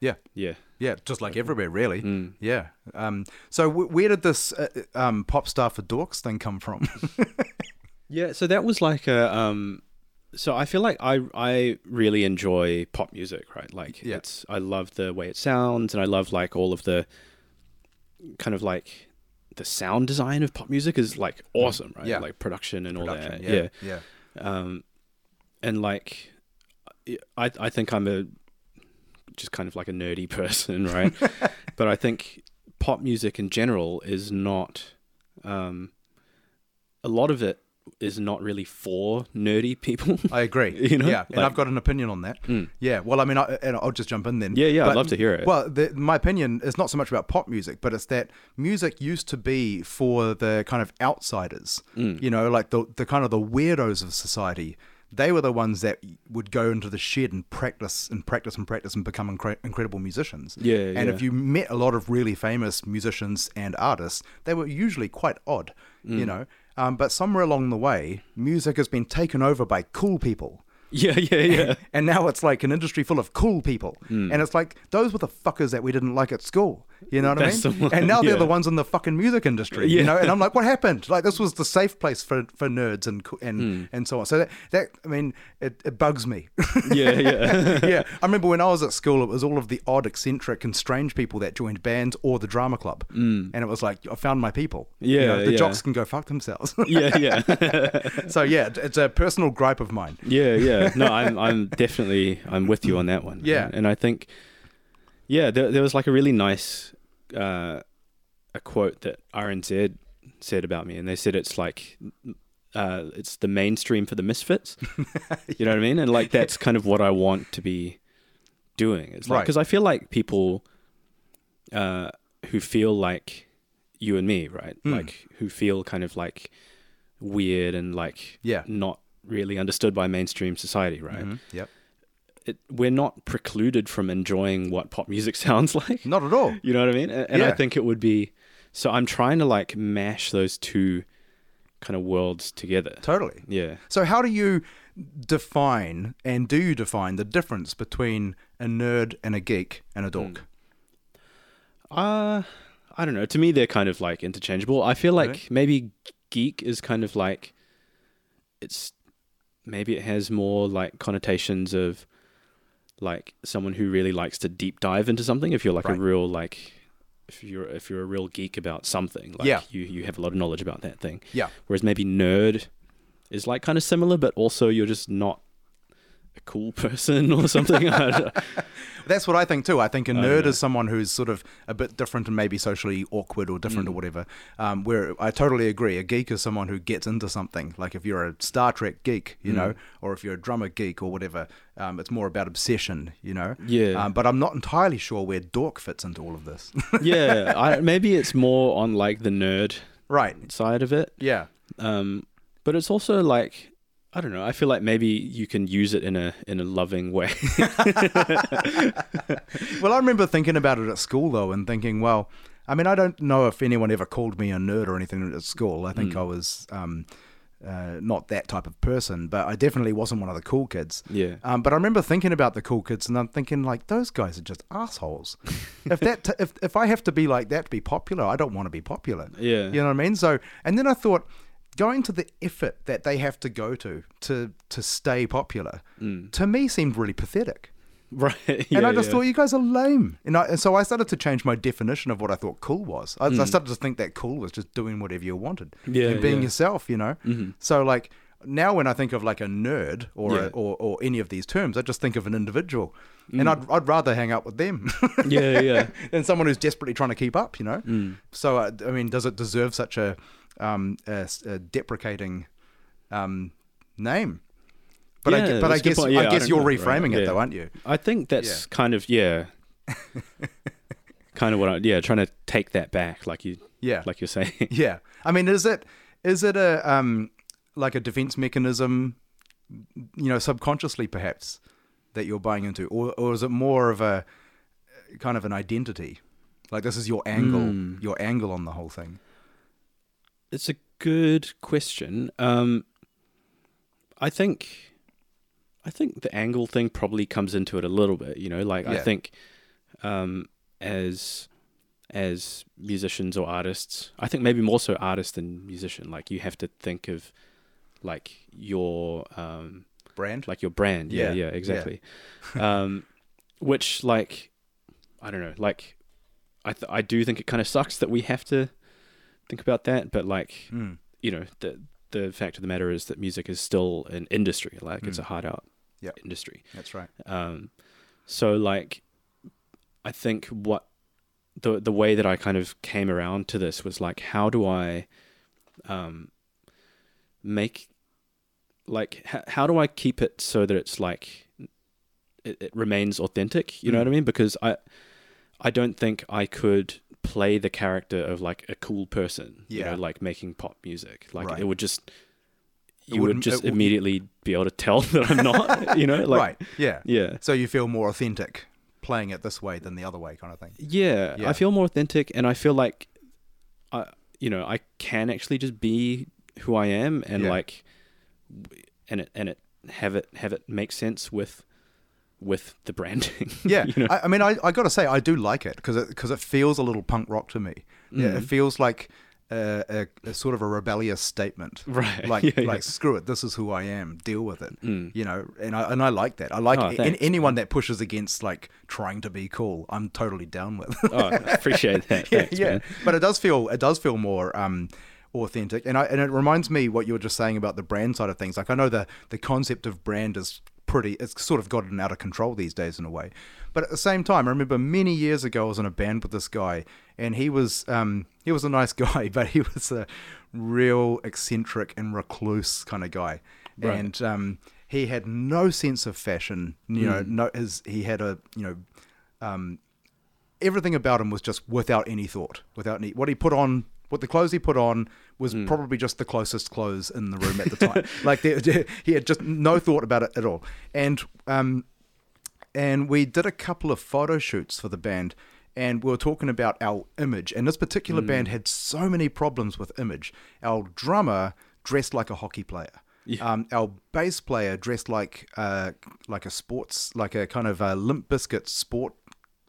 S1: yeah.
S2: yeah.
S1: Yeah, just like everywhere, really.
S2: Mm.
S1: Yeah. Um, so w- where did this uh, um, pop star for dorks thing come from?
S2: Yeah, so that was like a um so I feel like I I really enjoy pop music, right? Like
S1: Yeah.
S2: it's I love the way it sounds and I love like all of the kind of like the sound design of pop music is like awesome, right?
S1: Mm. Yeah.
S2: Like production
S1: *laughs*
S2: and all that.
S1: yeah,
S2: uh, yeah
S1: yeah,
S2: um, and like I I think I'm a just kind of like a nerdy *laughs* person, right? but I think pop music in general is not um, a lot of it is not really for nerdy *laughs* people.
S1: I agree.
S2: You know,
S1: yeah, and
S2: like- Mm.
S1: I've got an opinion on that. Yeah. Well, I mean, I, and I'll just jump in then.
S2: Yeah, yeah, I'd love to hear it.
S1: Well, the, my opinion is not so much about pop music, but it's that music used to be for the kind of outsiders.
S2: Mm.
S1: You know, like the the kind of the weirdos of society. They were the ones that would go into the shed and practice and practice and practice and become incre- incredible musicians.
S2: Yeah,
S1: and
S2: yeah.
S1: if you met a lot of really famous musicians and artists, they were usually quite odd, you
S2: Mm.
S1: know. Um, but somewhere along the way, music has been taken over by cool people.
S2: *laughs* yeah, yeah, yeah.
S1: And now it's like an industry full of cool people.
S2: Hmm.
S1: And it's like, those were the fuckers that we didn't like at school. You know what
S2: That's
S1: I
S2: the
S1: mean?
S2: one,
S1: and now they're
S2: yeah.
S1: the ones in the fucking music industry. You
S2: Yeah.
S1: know? And I'm like, what happened? Like, this was the safe place for, for nerds and co- and,
S2: Hmm.
S1: and so on. So that, that I mean, it, it bugs
S2: *laughs*
S1: me.
S2: yeah, yeah. *laughs*
S1: yeah. I remember when I was at school, it was all of the odd, eccentric, and strange people that joined bands or the drama club. Mm. And it was like, I found my people. You
S2: Hmm. Yeah,
S1: know, the
S2: yeah.
S1: jocks can go fuck themselves.
S2: Yeah, yeah,
S1: *laughs* so, yeah, it- it's a personal gripe of mine.
S2: yeah, yeah. No, I'm, I'm definitely, I'm with you on that one.
S1: Yeah.
S2: and I think, yeah, there, there was like a really nice, uh, a quote that RNZ said about me, and they said it's like, uh, it's the mainstream for
S1: *laughs*
S2: the misfits. You know what I mean? And like that's kind of what I want to be doing. It's like
S1: Right.
S2: because I feel like people, uh, who feel like you and me, right?
S1: Hmm.
S2: Like who feel kind of like weird and like
S1: Yeah.
S2: not really understood by mainstream society, right?
S1: Yep.
S2: It, we're not precluded from enjoying what pop music *laughs* sounds like.
S1: Not at all.
S2: You know what I mean? A- And I
S1: Yeah.
S2: think it would be so I'm trying to like mash those two kind of worlds together.
S1: Totally.
S2: Yeah.
S1: So, how do you define and do you define the difference between a nerd and a geek and a dork?
S2: Uh I don't know. To me they're kind of like interchangeable. I feel like maybe geek is kind of like it's maybe it has more like connotations of like someone who really likes to deep dive into something if you're like
S1: Right.
S2: a real like if you're if you're a real geek about something like
S1: Yeah.
S2: you you have a lot of knowledge about that thing.
S1: Yeah.
S2: Whereas maybe nerd is like kind of similar but also you're just not a cool *laughs* person or something. I don't-
S1: *laughs* That's what I think too. I think a nerd is someone who's sort of a bit different and maybe socially awkward or different or whatever. Um, where I totally agree. A geek is someone who gets into something. Like if you're a Star Trek geek, you know, or if you're a drummer geek or whatever, um, it's more about obsession, you know.
S2: Yeah.
S1: Um, but I'm not entirely sure where dork fits into all of this. *laughs*
S2: yeah, I, maybe it's more on like the nerd
S1: right.
S2: side of it.
S1: Yeah.
S2: Um, but it's also like I don't know. I feel like maybe you can use it in a in a loving way. *laughs*
S1: Well, I remember thinking about it at school though, and thinking, well, I mean, I don't know if anyone ever called me a nerd or anything at school. I think I was um, uh, not that type of person, but I definitely wasn't one of the cool kids.
S2: Yeah.
S1: Um, but I remember thinking about the cool kids, and I'm thinking like, those guys are just assholes. if that, t- if if I have to be like that to be popular, I don't want to be popular.
S2: Yeah.
S1: You know what I mean? So, and then I thought. going to the effort that they have to go to to to stay popular to me seemed really pathetic.
S2: *laughs* Right. yeah,
S1: and I just
S2: yeah.
S1: thought you guys are lame. And, I, and so I started to change my definition of what I thought cool was. I, I started to think that cool was just doing whatever you wanted
S2: Mm. Yeah,
S1: and being
S2: yeah. Mm-hmm.
S1: yourself, you know. So like now when I think of like a nerd or a,
S2: Yeah. Mm.
S1: or, or any of these terms, I just think of an individual, and I'd I'd rather hang out with
S2: *laughs*
S1: them
S2: yeah, yeah.
S1: than someone who's desperately trying to keep up, you know.
S2: Mm.
S1: So uh, I mean, does it deserve such a um a, s- a deprecating um name? But I,
S2: Yeah,
S1: gue- but I
S2: that's a good
S1: guess
S2: point. Yeah,
S1: I
S2: I
S1: guess
S2: don't
S1: you're
S2: know, right?
S1: reframing it
S2: Yeah.
S1: though, aren't you?
S2: I
S1: *laughs*
S2: think that's kind of yeah, kind of what I yeah trying to take that back, like you
S1: Yeah.
S2: like you're saying.
S1: Yeah, I mean, is it is it a um like a defense mechanism? You know, subconsciously perhaps that you're buying into, or or is it more of a uh, kind of an identity? Like this is your angle,
S2: Hmm.
S1: your angle on the whole thing.
S2: It's a good question. Um, I think I think the angle thing probably comes into it a little bit. You know, like I
S1: Yeah.
S2: think um, as as musicians or artists, I think maybe more so artist than musician. Like you have to think of like your um,
S1: Brand,
S2: like your brand
S1: Yeah,
S2: yeah yeah,
S1: yeah.
S2: *laughs* exactly um which like i don't know like i th- i do think it kind of sucks that we have to think about that but like
S1: Mm.
S2: you know the the fact of the matter is that music is still an industry like it's a hard out
S1: Yeah.
S2: industry
S1: that's right.
S2: um so like i think what the the way that i kind of came around to this was like how do i um make like h- how do i keep it so that it's like it, it remains authentic
S1: Mm.
S2: you know what i mean because i i don't think i could play the character of like a cool person you
S1: Yeah.
S2: know like making pop music like
S1: Right.
S2: it would just you
S1: wouldn't-
S2: would just
S1: it would-
S2: immediately be able to tell *laughs* that i'm
S1: *laughs*
S2: not you know like
S1: right? Yeah.
S2: yeah.
S1: So you feel more authentic playing it this way than the other way, kind of thing.
S2: yeah.
S1: Yeah.
S2: I feel more authentic and I feel like I you know, I can actually just be who I am and
S1: Yeah.
S2: like w- and it and it have it have it make sense with with the branding. *laughs*
S1: *laughs* Yeah,
S2: you know?
S1: I, I mean, I, I got to say, I do like it because it, cause it feels a little punk rock to me. Yeah, it
S2: Mm.
S1: feels like a, a, a sort of a rebellious statement,
S2: *laughs* Right,
S1: Like,
S2: yeah, yeah. Mm.
S1: like screw it, this is who I am. Deal with it, you know. And I and I like that. I like
S2: Oh,
S1: an-
S2: thanks,
S1: anyone that pushes against like trying to be cool. I'm totally down with.
S2: oh, I appreciate that.
S1: *laughs* yeah,
S2: Thanks,
S1: yeah.
S2: man.
S1: But it does feel it does feel more um, authentic, and I and it reminds me what you were just saying about the brand side of things. Like I know the the concept of brand is pretty it's sort of gotten out of control these days in a way. But at the same time, I remember many years ago I was in a band with this guy, and he was um, he was a nice *laughs* guy, but he was a real eccentric and recluse kind of guy, and um, he had no sense of fashion. You
S2: Mm.
S1: know, no his he had a you know everything about him was just without any thought, without any what he put on, what the clothes he put on was
S2: Hmm.
S1: probably just the closest clothes in the room at
S2: *laughs*
S1: the time. like there, he had just no thought about it at all. And um, and we did a couple of photo shoots for the band and we were talking about our image and this particular
S2: Hmm.
S1: band had so many problems with image our drummer dressed like a hockey player um, our bass player dressed like uh, like a sports like a kind of a limp biscuit sport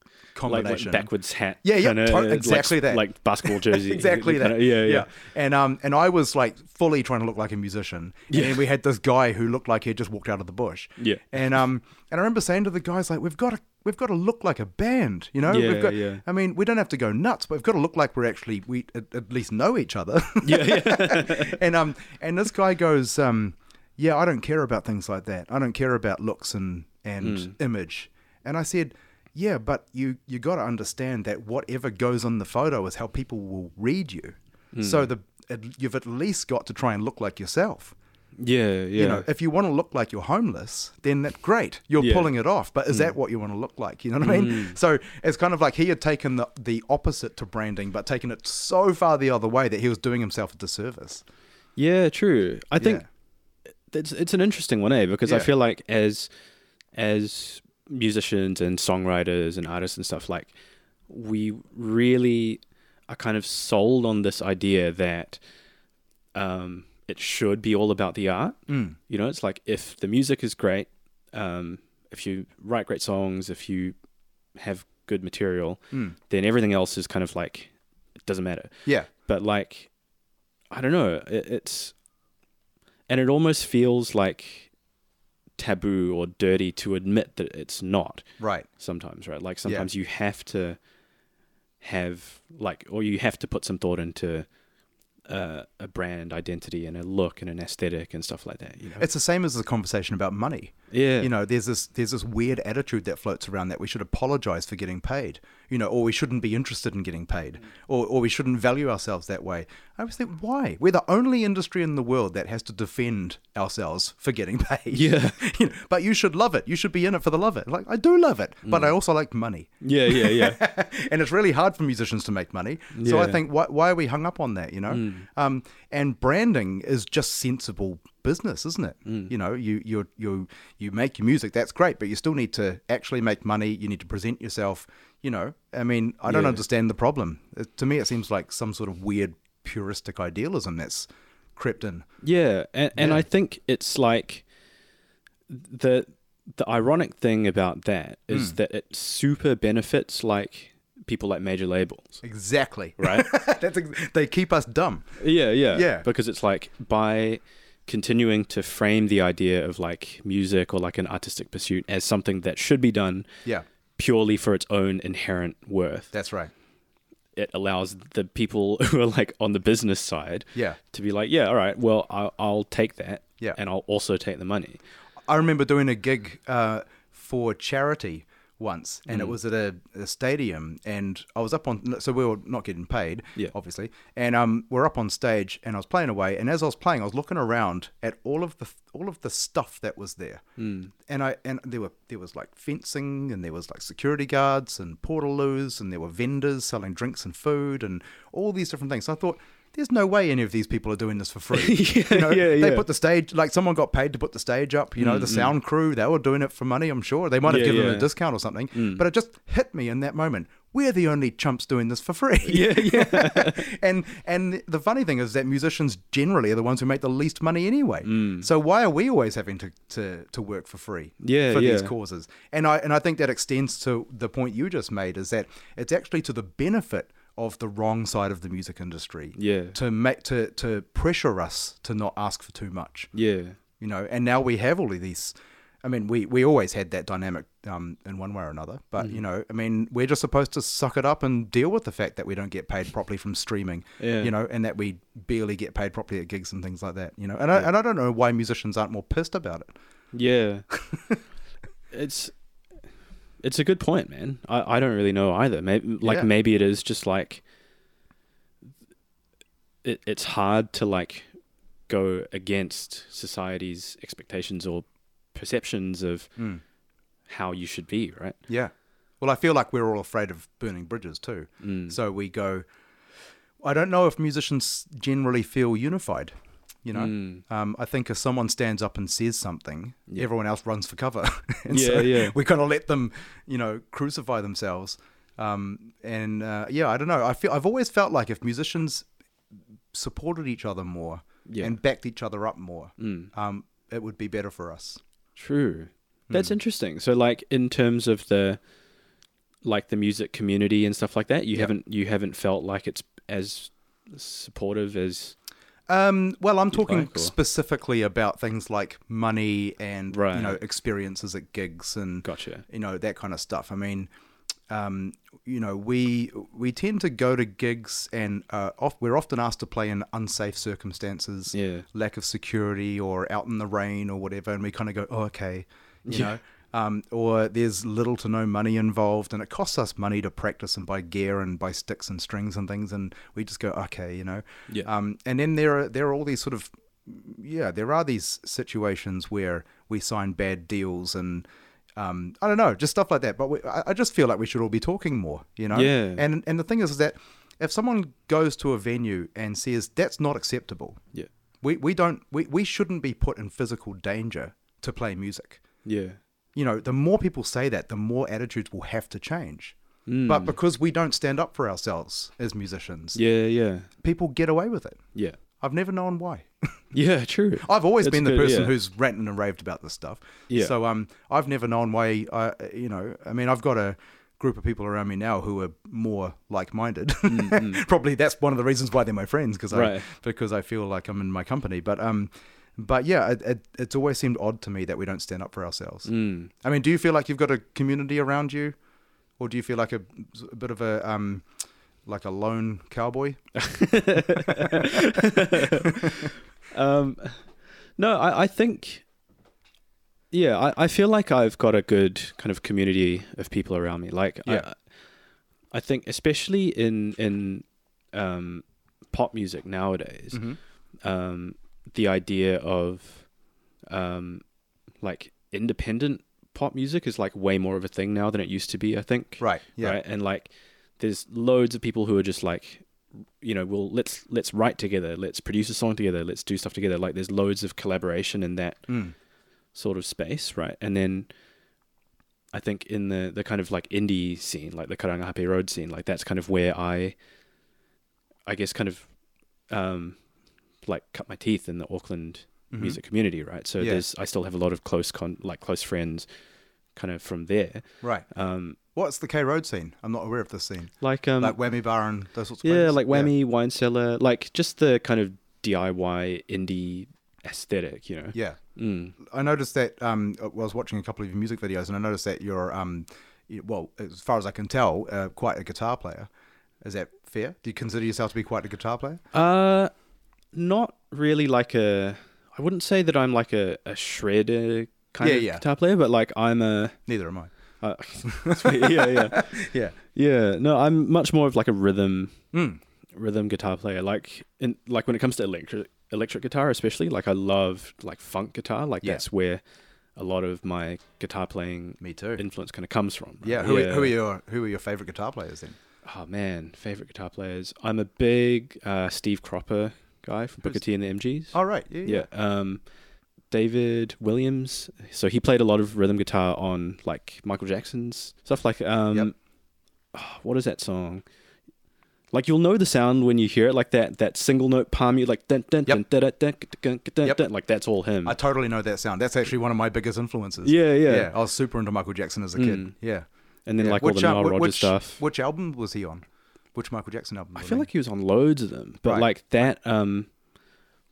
S2: Like,
S1: combination
S2: like backwards hat.
S1: Yeah, yeah,
S2: kinda,
S1: to-
S2: like-
S1: exactly that.
S2: Like basketball jersey.
S1: *laughs* exactly
S2: kinda-
S1: that.
S2: yeah, yeah.
S1: And um, and I was like fully trying to look like a musician. And we had this guy who looked like he had just walked out of the bush.
S2: Yeah.
S1: And um, and I remember saying to the guys like, we've got to we've got to look like a band, you know. we've
S2: Yeah,
S1: got,
S2: yeah.
S1: I mean, we don't have to go nuts, but we've got to look like we're actually we at, at least know each other.
S2: *laughs* Yeah, yeah.
S1: *laughs* and um, and this guy goes, um, yeah, I don't care about things like that. I don't care about looks and and
S2: Hmm.
S1: image. And I said, yeah, but you you got to understand that whatever goes on the photo is how people will read you.
S2: Hmm.
S1: So the at- you've at least got to try and look like yourself.
S2: Yeah, yeah.
S1: You know, if you want to look like you're homeless, then that's great. You're
S2: Yeah. Mm.
S1: pulling it off. But is that what you want to look like? You know what I mean? So it's kind of like he had taken the, the opposite to branding, but taken it so far the other way that he was doing himself a disservice.
S2: Yeah, true. I think it's it's an interesting one, eh? Because I
S1: Yeah.
S2: feel like as as musicians and songwriters and artists and stuff, like we really are kind of sold on this idea that um, it should be all about the art. You know, it's like if the music is great, um, if you write great songs, if you have good material, then everything else is kind of like it doesn't matter
S1: Yeah.
S2: but like i don't know it, it's and it almost feels like taboo or dirty to admit that it's not
S1: Right.
S2: sometimes, right? Like sometimes you have to have like, or you have to put some thought into uh, a brand identity and a look and an aesthetic and stuff like that. You know?
S1: It's the same as the conversation about money.
S2: yeah,
S1: You know, there's this there's this weird attitude that floats around that we should apologize for getting paid, you know, or we shouldn't be interested in getting
S2: Mm.
S1: paid, or or we shouldn't value ourselves that way. I always think, why? We're the only industry in the world that has to defend ourselves for getting paid.
S2: Yeah.
S1: *laughs* You know, but you should love it. You should be in it for the love it. Like I do love it,
S2: Mm.
S1: but I also like money.
S2: yeah, yeah,
S1: *laughs*
S2: yeah.
S1: and it's really hard for musicians to make money. So I
S2: Yeah. Hmm.
S1: think why, why are we hung up on that? You know, um, and branding is just sensible business, isn't it?
S2: Hmm.
S1: You know, you you you you make your music, that's great, but you still need to actually make money. You need to present yourself. You know, I mean, I don't
S2: Yeah.
S1: understand the problem. It, to me, it seems like some sort of weird puristic idealism that's crept in.
S2: Yeah, and, and
S1: Yeah.
S2: I think it's like the the ironic thing about that is that it super benefits like people like major labels,
S1: Exactly.
S2: right?
S1: *laughs* that's ex- they keep us dumb.
S2: yeah, yeah,
S1: Yeah.
S2: Because it's like by continuing to frame the idea of like music or like an artistic pursuit as something that should be done
S1: Yeah,
S2: purely for its own inherent worth,
S1: that's right.
S2: it allows the people *laughs* who are like on the business side
S1: Yeah.
S2: to be like, yeah, all right, well, I'll, I'll take that,
S1: Yeah.
S2: and I'll also take the money.
S1: I remember doing a gig uh, for charity once, and
S2: Mm.
S1: it was at a, a stadium, and I was up on. So we were not getting paid,
S2: Yeah.
S1: obviously, and um, we're up on stage, and I was playing away, and as I was playing, I was looking around at all of the all of the stuff that was there, mm. and I and there were there was like fencing, and there was like security guards and portaloos, and there were vendors selling drinks and food, and all these different things. So I thought. There's no way any of these people are doing this for free.
S2: *laughs*
S1: you know,
S2: yeah,
S1: they
S2: yeah.
S1: put the stage like someone got paid to put the stage up you know the sound crew they were doing it for money i'm sure they might have
S2: Mm, Yeah,
S1: given them a
S2: yeah. Mm.
S1: discount or something but it just hit me in that moment we're the only chumps doing this for free
S2: *laughs* yeah.
S1: *laughs* and and the funny thing is that musicians generally are the ones who make the least money anyway
S2: Mm.
S1: so why are we always having to to, to work for free
S2: Yeah,
S1: for these
S2: yeah.
S1: causes and i and i think that extends to the point you just made is that it's actually to the benefit of the wrong side of the music industry
S2: Yeah.
S1: to make to to pressure us to not ask for too much
S2: Yeah.
S1: you know and now we have all of these i mean we we always had that dynamic um in one way or another but you know i mean we're just supposed to suck it up and deal with the fact that we don't get paid properly from streaming
S2: Yeah.
S1: you know and that we barely get paid properly at gigs and things like that you know and, I, and i don't know why musicians aren't more pissed about it
S2: Yeah. *laughs* it's it's a good point, man. I, I don't really know either. Maybe like
S1: Yeah.
S2: maybe it is just like it, it's hard to like go against society's expectations or perceptions of how you should be, right?
S1: yeah well i feel like we're all afraid of burning bridges too
S2: Mm.
S1: so we go i don't know if musicians generally feel unified
S2: Mm.
S1: you know um, i think if someone stands up and says something everyone else runs for cover *laughs* and so
S2: Yeah, yeah.
S1: we kind of let them you know crucify themselves um, and uh, yeah i don't know i feel i've always felt like if musicians supported each other more
S2: Yeah. Mm.
S1: and backed each other up more um, it would be better for us
S2: True. That's interesting. So like in terms of the like the music community and stuff like that, you haven't you haven't felt like it's as supportive as
S1: Um, well, I'm talking
S2: like, or-
S1: specifically about things like money and you
S2: Right.
S1: know experiences at gigs and
S2: Gotcha.
S1: you know that kind of stuff. I mean, um, you know, we we tend to go to gigs and uh, off, we're often asked to play in unsafe circumstances,
S2: Yeah.
S1: lack of security, or out in the rain or whatever, and we kind of go, oh, okay, you
S2: Yeah.
S1: know. Um, or there's little to no money involved, and it costs us money to practice and buy gear and buy sticks and strings and things, and we just go, okay, you know.
S2: Yeah.
S1: Um, and then there are there are all these sort of yeah, there are these situations where we sign bad deals and um, I don't know, just stuff like that. But we, I, I just feel like we should all be talking more, you know.
S2: Yeah.
S1: And and the thing is, is that if someone goes to a venue and says that's not acceptable,
S2: Yeah.
S1: we we don't we, we shouldn't be put in physical danger to play music
S2: Yeah.
S1: you know, the more people say that, the more attitudes will have to change. But because we don't stand up for ourselves as musicians,
S2: Yeah, yeah.
S1: people get away with it.
S2: Yeah.
S1: I've never known why.
S2: Yeah, true.
S1: I've always
S2: That's
S1: been the
S2: good,
S1: person
S2: yeah.
S1: who's ranting and raved about this stuff.
S2: Yeah.
S1: So um, I've never known why. I you know, I mean, I've got a group of people around me now who are more like-minded. *laughs* Probably that's one of the reasons why they're my friends because I
S2: Mm, Right.
S1: because I feel like I'm in my company. But um, But yeah, it, it, it's always seemed odd to me that we don't stand up for ourselves.
S2: Mm.
S1: I mean, do you feel like you've got a community around you, or do you feel like a, a bit of a um, like a lone cowboy?
S2: *laughs* um, no, I, I think, yeah, I, I feel like I've got a good kind of community of people around me. Like,
S1: Yeah.
S2: I, I think especially in in um, pop music nowadays, um, the idea of um, like independent pop music is like way more of a thing now than it used to be. I think
S1: Right. Yeah.
S2: right and like there's loads of people who are just like you know well let's let's write together let's produce a song together let's do stuff together like there's loads of collaboration in that
S1: Mm.
S2: sort of space right and then i think in the the kind of like indie scene like the karangahape road scene like that's kind of where i i guess kind of um like cut my teeth in the auckland
S1: Mhm.
S2: music community right so
S1: Yeah.
S2: there's i still have a lot of close con like close friends kind of from there
S1: Right.
S2: um
S1: What's the K Road scene? I'm not aware of this scene.
S2: like um
S1: like Whammy Bar and those sorts of
S2: Yeah,
S1: places?
S2: like Whammy, Wine Cellar, like just the kind of DIY indie aesthetic, you know?
S1: Yeah.
S2: Mm.
S1: I noticed that um, I was watching a couple of your music videos, and I noticed that you're, um, you- well, as far as I can tell, uh, quite a guitar player. Is that fair? Do you consider yourself to be quite a guitar player?
S2: Uh, not really like a. I wouldn't say that I'm like a, a shredder kind
S1: Yeah,
S2: of
S1: yeah.
S2: guitar player, but like I'm
S1: *laughs*
S2: a. *laughs*
S1: Neither am I.
S2: Uh, yeah, yeah,
S1: Yeah.
S2: yeah. No, I'm much more of like a rhythm
S1: Mm.
S2: rhythm guitar player. Like in like when it comes to electric electric guitar, especially like I love like funk guitar. Like
S1: Yeah.
S2: that's where a lot of my guitar playing
S1: Me too.
S2: influence kind of comes from. right?
S1: yeah. Who, Are, who are your who are your favorite guitar players then?
S2: Oh man, favorite guitar players. I'm a big uh, Steve Cropper guy from Booker
S1: Who's-
S2: T and the MGs.
S1: All Oh, right. Yeah.
S2: yeah. Um, David Williams. So he played a lot of rhythm guitar on like Michael Jackson's stuff. Like um,
S1: Yep.
S2: oh, what is that song? Like you'll know the sound when you hear it. Like that that single note palm. You like dun dun dun
S1: Yep.
S2: dun dun dun dun dun
S1: Yep.
S2: dun. Like that's all him.
S1: I totally know that sound. That's actually one of my biggest influences.
S2: Yeah, yeah.
S1: I was super into Michael Jackson as a kid.
S2: Mm.
S1: Yeah.
S2: And then
S1: Yeah.
S2: like all
S1: Which,
S2: the
S1: uh,
S2: Nile
S1: wh-
S2: Rodgers
S1: which-
S2: stuff.
S1: Which album was he on? Which Michael Jackson album?
S2: I
S1: was
S2: feel
S1: he
S2: like he was on loads of them, but
S1: Right.
S2: like that. Um,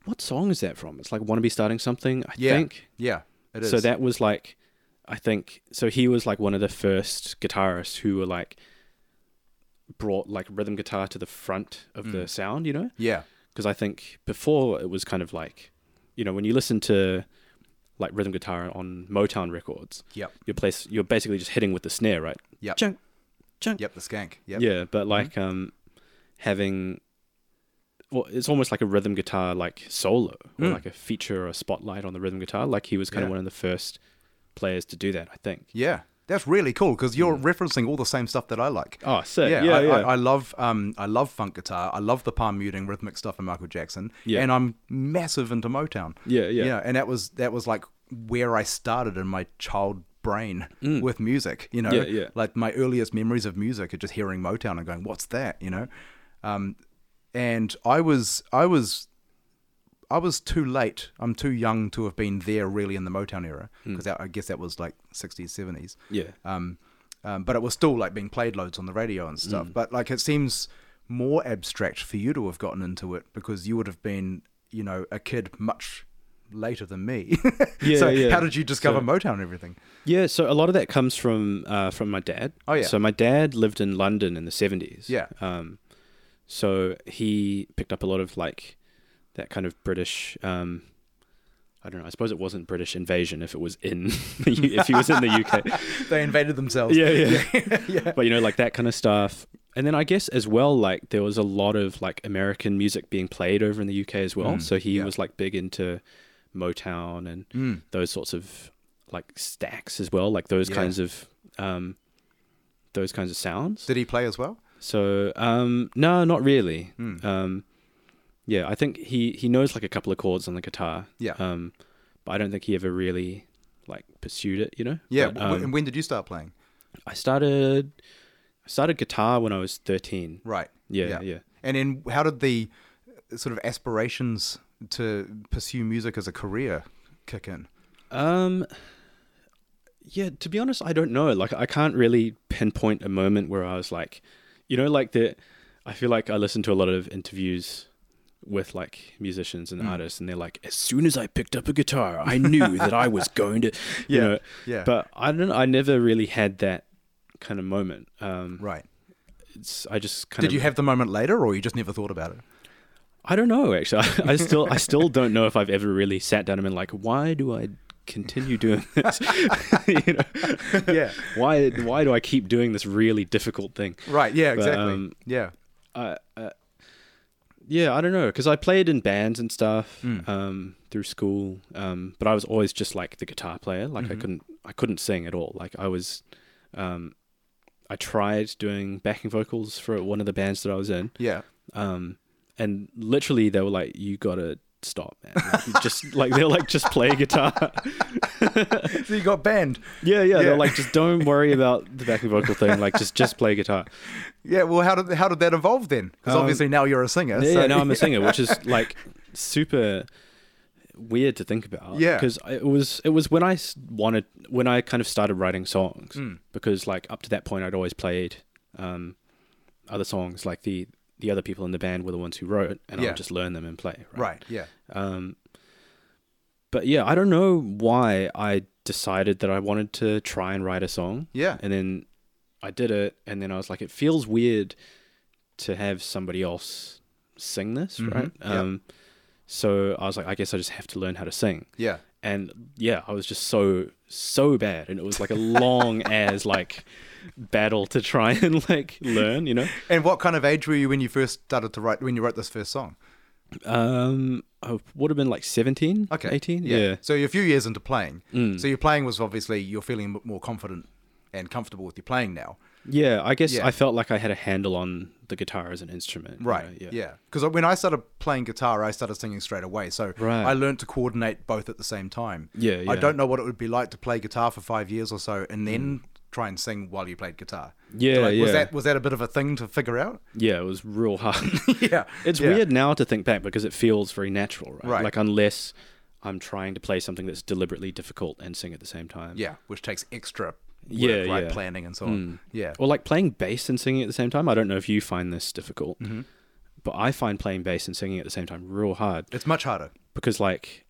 S2: what song is that from? It's like "Wanna Be Starting Something," I
S1: Yeah,
S2: think.
S1: on? yeah, it is.
S2: So that was like, I think so. He was like one of the first guitarists who were like brought like rhythm guitar to the front of
S1: Hmm.
S2: the sound, you know?
S1: yeah,
S2: Because I think before it was kind of like, you know, when you listen to like rhythm guitar on Motown records,
S1: yep,
S2: you're place you're basically just hitting with the snare, right?
S1: Yep.
S2: Chunk, chunk,
S1: yep. The Skank. Yep. Mm-hmm.
S2: yeah, but like um, having well, it's almost like a rhythm guitar like solo or
S1: Mm.
S2: like a feature or a spotlight on the rhythm guitar. Like he was kind
S1: Yeah.
S2: of one of the first players to do that, I think.
S1: Yeah, that's really cool because you're referencing all the same stuff that I like.
S2: Oh, sick!
S1: yeah,
S2: Yeah, yeah,
S1: I, I, I love um, I love funk guitar. I love the palm muting rhythmic stuff in Michael Jackson,
S2: Yeah.
S1: and I'm massive into Motown.
S2: yeah, yeah.
S1: you know, and that was that was like where I started in my child brain with music. You know,
S2: Mm. Yeah, yeah.
S1: like my earliest memories of music are just hearing Motown and going, "What's that?" You know, um, and I was I was I was too late. I'm too young to have been there really in the Motown era
S2: Mm.
S1: because I guess that was like 60s, 70s.
S2: Yeah.
S1: Um, um, but it was still like being played loads on the radio and
S2: Mm.
S1: stuff. But like it seems more abstract for you to have gotten into it because you would have been, you know, a kid much later than me. *laughs*
S2: Yeah,
S1: so
S2: yeah.
S1: how did you discover
S2: So-
S1: Motown and everything?
S2: Yeah, so a lot of that comes from uh, from my dad.
S1: Oh, yeah.
S2: So my dad lived in London in the seventies.
S1: Yeah.
S2: Um, so he picked up a lot of like that kind of British. Um, I don't know. I suppose it wasn't British invasion if it was in *laughs* if he was in the UK.
S1: They invaded themselves.
S2: *laughs* yeah, yeah.
S1: *laughs*
S2: But you know, like that kind of stuff. And then I guess as well, like there was a lot of like American music being played over in the UK as well. so he
S1: Mm, yeah.
S2: was like big into Motown and
S1: Mm.
S2: those sorts of like stacks as well, like those
S1: Yeah.
S2: kinds of um those kinds of sounds.
S1: Did he play as well?
S2: So um no, not really.
S1: Mm.
S2: Um yeah, I think he he knows like a couple of chords on the guitar.
S1: Yeah.
S2: Um but I don't think he ever really like pursued it, you know?
S1: yeah.
S2: But,
S1: w- w-
S2: um,
S1: and when did you start playing?
S2: I started I started guitar when I was 13.
S1: Right.
S2: Yeah, yeah.
S1: And then how did the uh, sort of aspirations to pursue music as a career kick in?
S2: Um yeah, to be honest, I don't know. Like I can't really pinpoint a moment where I was like, you know, like the I feel like I listen to a lot of interviews with like musicians
S1: Mm.
S2: and artists, and they're like, as soon as I picked up a guitar, I knew that I
S1: *laughs*
S2: was going to, you
S1: Yeah,
S2: know.
S1: yeah.
S2: But I don't. I never really had that kind of moment. Um,
S1: Right.
S2: it's, I just kind
S1: Did
S2: of.
S1: you have the moment later, or you just never thought about it?
S2: *laughs* I don't know. Actually, *laughs* I, I still I still don't know if I've ever really sat down and been like, why do I continue doing *laughs* this? you know,
S1: Yeah.
S2: why why do I keep doing this really difficult thing?
S1: Right. Yeah.
S2: But,
S1: Exactly.
S2: um,
S1: yeah.
S2: I, I yeah, I don't know because I played in bands and stuff um, through school, um, but I was always just like the guitar player. Like I couldn't I couldn't sing at all. Like I was, um, I tried doing backing vocals for one of the bands that I was in,
S1: Yeah.
S2: um, and literally they were like, "You gotta stop, man! Like, you just like they're like just play guitar."
S1: So you got banned.
S2: yeah, yeah,
S1: Yeah.
S2: They're like, "Just don't worry about the backing vocal thing. Like just just
S1: *laughs*
S2: play guitar."
S1: Yeah. Well, how did how did that evolve then? Because
S2: Um,
S1: obviously now you're a singer.
S2: Yeah,
S1: so,
S2: yeah, now I'm a singer, which
S1: *laughs*
S2: is like super weird to think about.
S1: Yeah.
S2: because it was it was when I s- wanted when I kind of started writing songs
S1: Hmm.
S2: because like up to that point I'd always played um, other songs like the the other people in the band were the ones who wrote and I
S1: Yeah.
S2: would just learn them and play.
S1: *laughs* right. Yeah.
S2: Um, but yeah, I don't know why I decided that I wanted to try and write a song.
S1: Yeah.
S2: And then I did it, and then I was like, it feels weird to have somebody else sing this, right?
S1: yeah.
S2: Um, so I was like, I guess I just have to learn how to sing.
S1: Yeah.
S2: And yeah, I was just so so bad, and it
S1: *laughs*
S2: was like a long as like battle to try *laughs* and like learn, you know.
S1: And what kind of age were you when you first started to write when you wrote this first song?
S2: Um, I would have been like 17,
S1: Okay.
S2: 18, yeah. Mm.
S1: So you're a few years into playing. So your playing was obviously you're feeling m- more confident and comfortable with your playing now.
S2: Yeah, I guess
S1: Yeah.
S2: I felt like I had a handle on the guitar as an instrument. you
S1: Right.
S2: know,
S1: yeah. Because when I started playing guitar, I started singing straight away. So
S2: Right.
S1: I learned to coordinate both at the same time.
S2: Yeah,
S1: I
S2: yeah.
S1: don't know what it would be like to play guitar for five years or so and then try and sing while you played guitar.
S2: Mm. Yeah,
S1: Like, Was
S2: yeah.
S1: that was that a bit of a thing to figure
S2: *laughs*
S1: out?
S2: Yeah, it was real hard. *laughs*
S1: yeah.
S2: it's
S1: Yeah.
S2: weird now to think back because it feels very natural, right?
S1: Right.
S2: Like unless I'm trying to play something that's deliberately difficult and sing at the same time.
S1: *laughs* Yeah. Which takes extra. Work,
S2: Yeah,
S1: right,
S2: yeah. Mm.
S1: planning and so on. Yeah,
S2: Or like playing bass and singing at the same time. I don't know if you find this difficult,
S1: Mm-hmm.
S2: but I find playing bass and singing at the same time real hard
S1: it's much harder.
S2: because like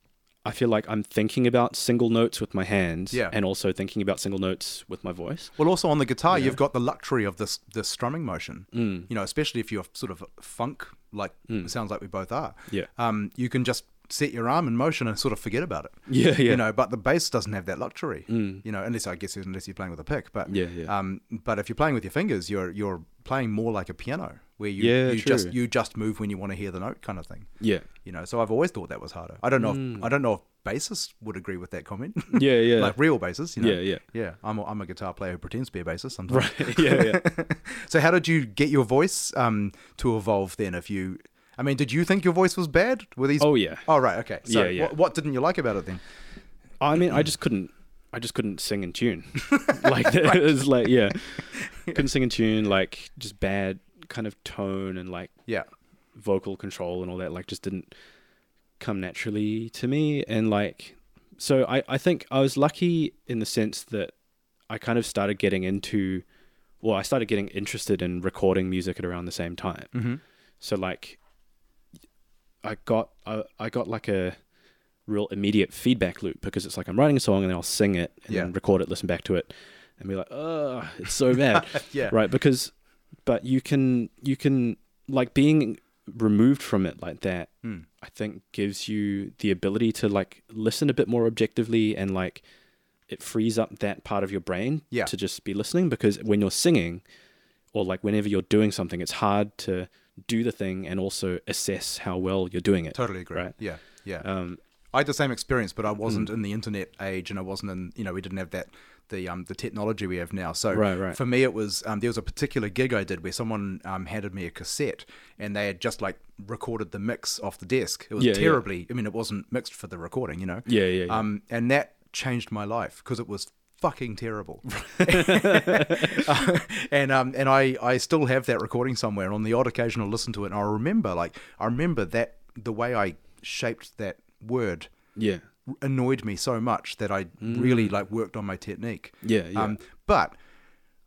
S2: I feel like I'm thinking about single notes with my hands
S1: Yeah.
S2: and also thinking about single notes with my voice.
S1: Well, also on the guitar, you've got the luxury of this this strumming motion. Mm. You know, especially if you're sort of funk, like it sounds like we both are.
S2: Mm. Yeah.
S1: Um, you can just set your arm in motion and sort of forget about it.
S2: Yeah, *laughs* yeah. Mm.
S1: You know, but the bass doesn't have that luxury. You know, unless I guess unless you're playing with a pick. But
S2: Yeah, yeah.
S1: Um, but if you're playing with your fingers, you're you're playing more like a piano, where you
S2: Yeah,
S1: you just
S2: true.
S1: you just move when you want to hear the note, kind of thing.
S2: Yeah.
S1: You know, so I've always thought that was harder. I don't know. If, I don't know if bassists would agree with that comment. *laughs*
S2: Yeah, Mm. yeah.
S1: like real bassists. You know.
S2: Yeah, yeah.
S1: Yeah, I'm a, I'm a guitar player who pretends to be a bassist sometimes.
S2: *laughs* yeah, yeah.
S1: *laughs* so how did you get your voice um, to evolve then? If you, I mean, did you think your voice was bad? Were these?
S2: Oh, yeah.
S1: Oh right. Okay. So
S2: Yeah, yeah.
S1: What, what didn't you like about it then?
S2: I mean, I just couldn't. I just couldn't sing in tune. like it was like yeah, couldn't sing in tune. Like just bad kind of tone and like
S1: Yeah.
S2: vocal control and all that. Like just didn't come naturally to me. And like so, I I think I was lucky in the sense that I kind of started getting into. Well, I started getting interested in recording music at around the same time. So like, I got I, I got like a real immediate feedback loop because it's like I'm writing a song and then I'll sing it and
S1: Yeah.
S2: then record it, listen back to it, and be like, oh, it's so bad,
S1: Yeah.
S2: right? Because, but you can you can like being removed from it like that.
S1: Hmm.
S2: I think gives you the ability to like listen a bit more objectively and like it frees up that part of your brain
S1: Yeah.
S2: to just be listening because when you're singing or like whenever you're doing something, it's hard to do the thing and also assess how well you're doing it.
S1: Totally agree.
S2: Right.
S1: Yeah. Yeah.
S2: Um, mm.
S1: I had the same experience, but I wasn't in the internet age, and I wasn't in you know we didn't have that the um the technology we have now. So
S2: Right, right.
S1: for me, it was um, there was a particular gig I did where someone um, handed me a cassette, and they had just like recorded the mix off the desk. It was
S2: Yeah, yeah.
S1: terribly. I mean, it wasn't mixed for the recording, you know.
S2: Yeah, yeah, yeah.
S1: Um, and that changed my life because it was fucking
S2: *laughs*
S1: terrible. *laughs* and um and I I still have that recording somewhere. and On the odd occasion, I'll listen to it, and I remember like I remember that the way I shaped that word
S2: yeah. Mm.
S1: annoyed me so much that I really like worked on my technique.
S2: Yeah, yeah.
S1: Um, but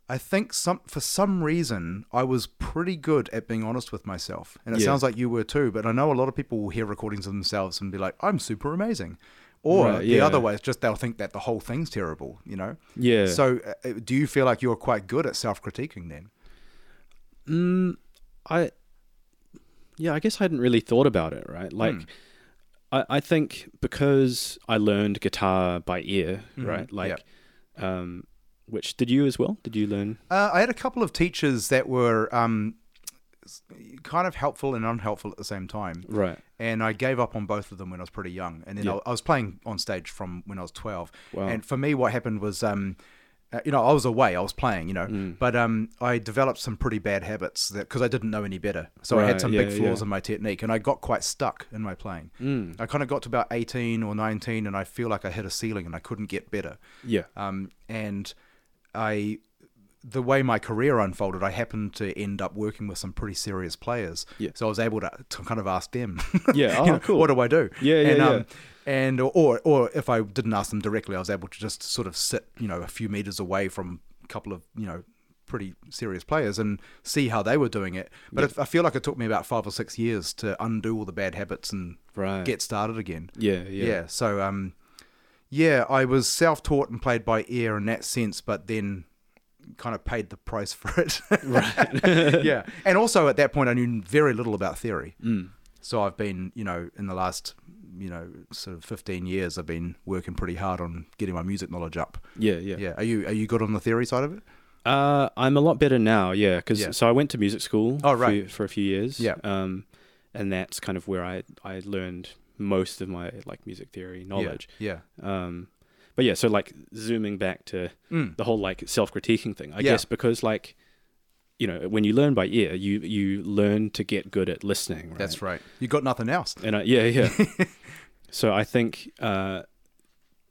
S1: I think some for some reason I was pretty good at being honest with myself, and it
S2: Yeah.
S1: sounds like you were too. But I know a lot of people will hear recordings of themselves and be like, "I'm super amazing," or
S2: Right,
S1: the
S2: yeah.
S1: other way, it's just they'll think that the whole thing's terrible. You know.
S2: Yeah.
S1: So, uh, uh, do you feel like you're quite good at self-critiquing then?
S2: Mm, I, yeah, I guess I hadn't really thought about it,
S1: Hmm.
S2: right? Like, I, I think because I learned guitar by ear,
S1: Hmm.
S2: right? Like, um, which did you as well? Did you learn?
S1: Uh, I had a couple of teachers that were um, s- kind of helpful and unhelpful at the same time.
S2: Right.
S1: and I gave up on both of them when I was pretty young. And then I, I was playing on stage from when I was twelve.
S2: Wow.
S1: And for me, what happened was, um, uh, you know, I was away, I was playing, you know,
S2: Mm.
S1: but um, I developed some pretty bad habits that because I didn't know any better, so I had
S2: Right,
S1: some
S2: yeah,
S1: big flaws
S2: yeah. Mm.
S1: in my technique, and I got quite stuck in my playing. I kind of got to about eighteen or nineteen, and I feel like I hit a ceiling, and I couldn't get better
S2: Yeah.
S1: um, and I the way my career unfolded, I happened to end up working with some pretty serious players.
S2: Yeah.
S1: So I was able to, to kind of ask them,
S2: *laughs*
S1: *laughs*
S2: Yeah,
S1: you
S2: oh,
S1: know,
S2: cool.
S1: What do I do?
S2: Yeah, yeah,
S1: and, um,
S2: yeah.
S1: And or or if I didn't ask them directly, I was able to just sort of sit, you know, a few meters away from a couple of you know pretty serious players and see how they were doing it. But if, I feel like it took me about five or six years to undo all the bad habits and
S2: Right.
S1: get started again
S2: yeah. Yeah.
S1: yeah. so um yeah i was self-taught and played by ear in that sense but then kind of paid the price *laughs* for it right *laughs* yeah and also at that point i knew very little about theory
S2: Hmm.
S1: so i've been you know in the last you know sort of 15 years i've been working pretty hard on getting my music knowledge up
S2: Yeah. Yeah.
S1: yeah are you are you good on the theory side of it
S2: Uh, I'm a lot better now, yeah. Because
S1: Yeah.
S2: so I went to music school.
S1: Oh,
S2: for-
S1: right.
S2: for, a few years.
S1: Yeah.
S2: Um, and that's kind of where I I learned most of my like music theory knowledge.
S1: yeah
S2: Um, but yeah, so like zooming back to
S1: yeah Mm.
S2: the whole like self-critiquing thing, I
S1: Yeah.
S2: guess because like you know when you learn by ear, you you learn to get good at listening. Right?
S1: that's right you got nothing else
S2: And I, yeah, yeah.
S1: *laughs*
S2: so I think uh,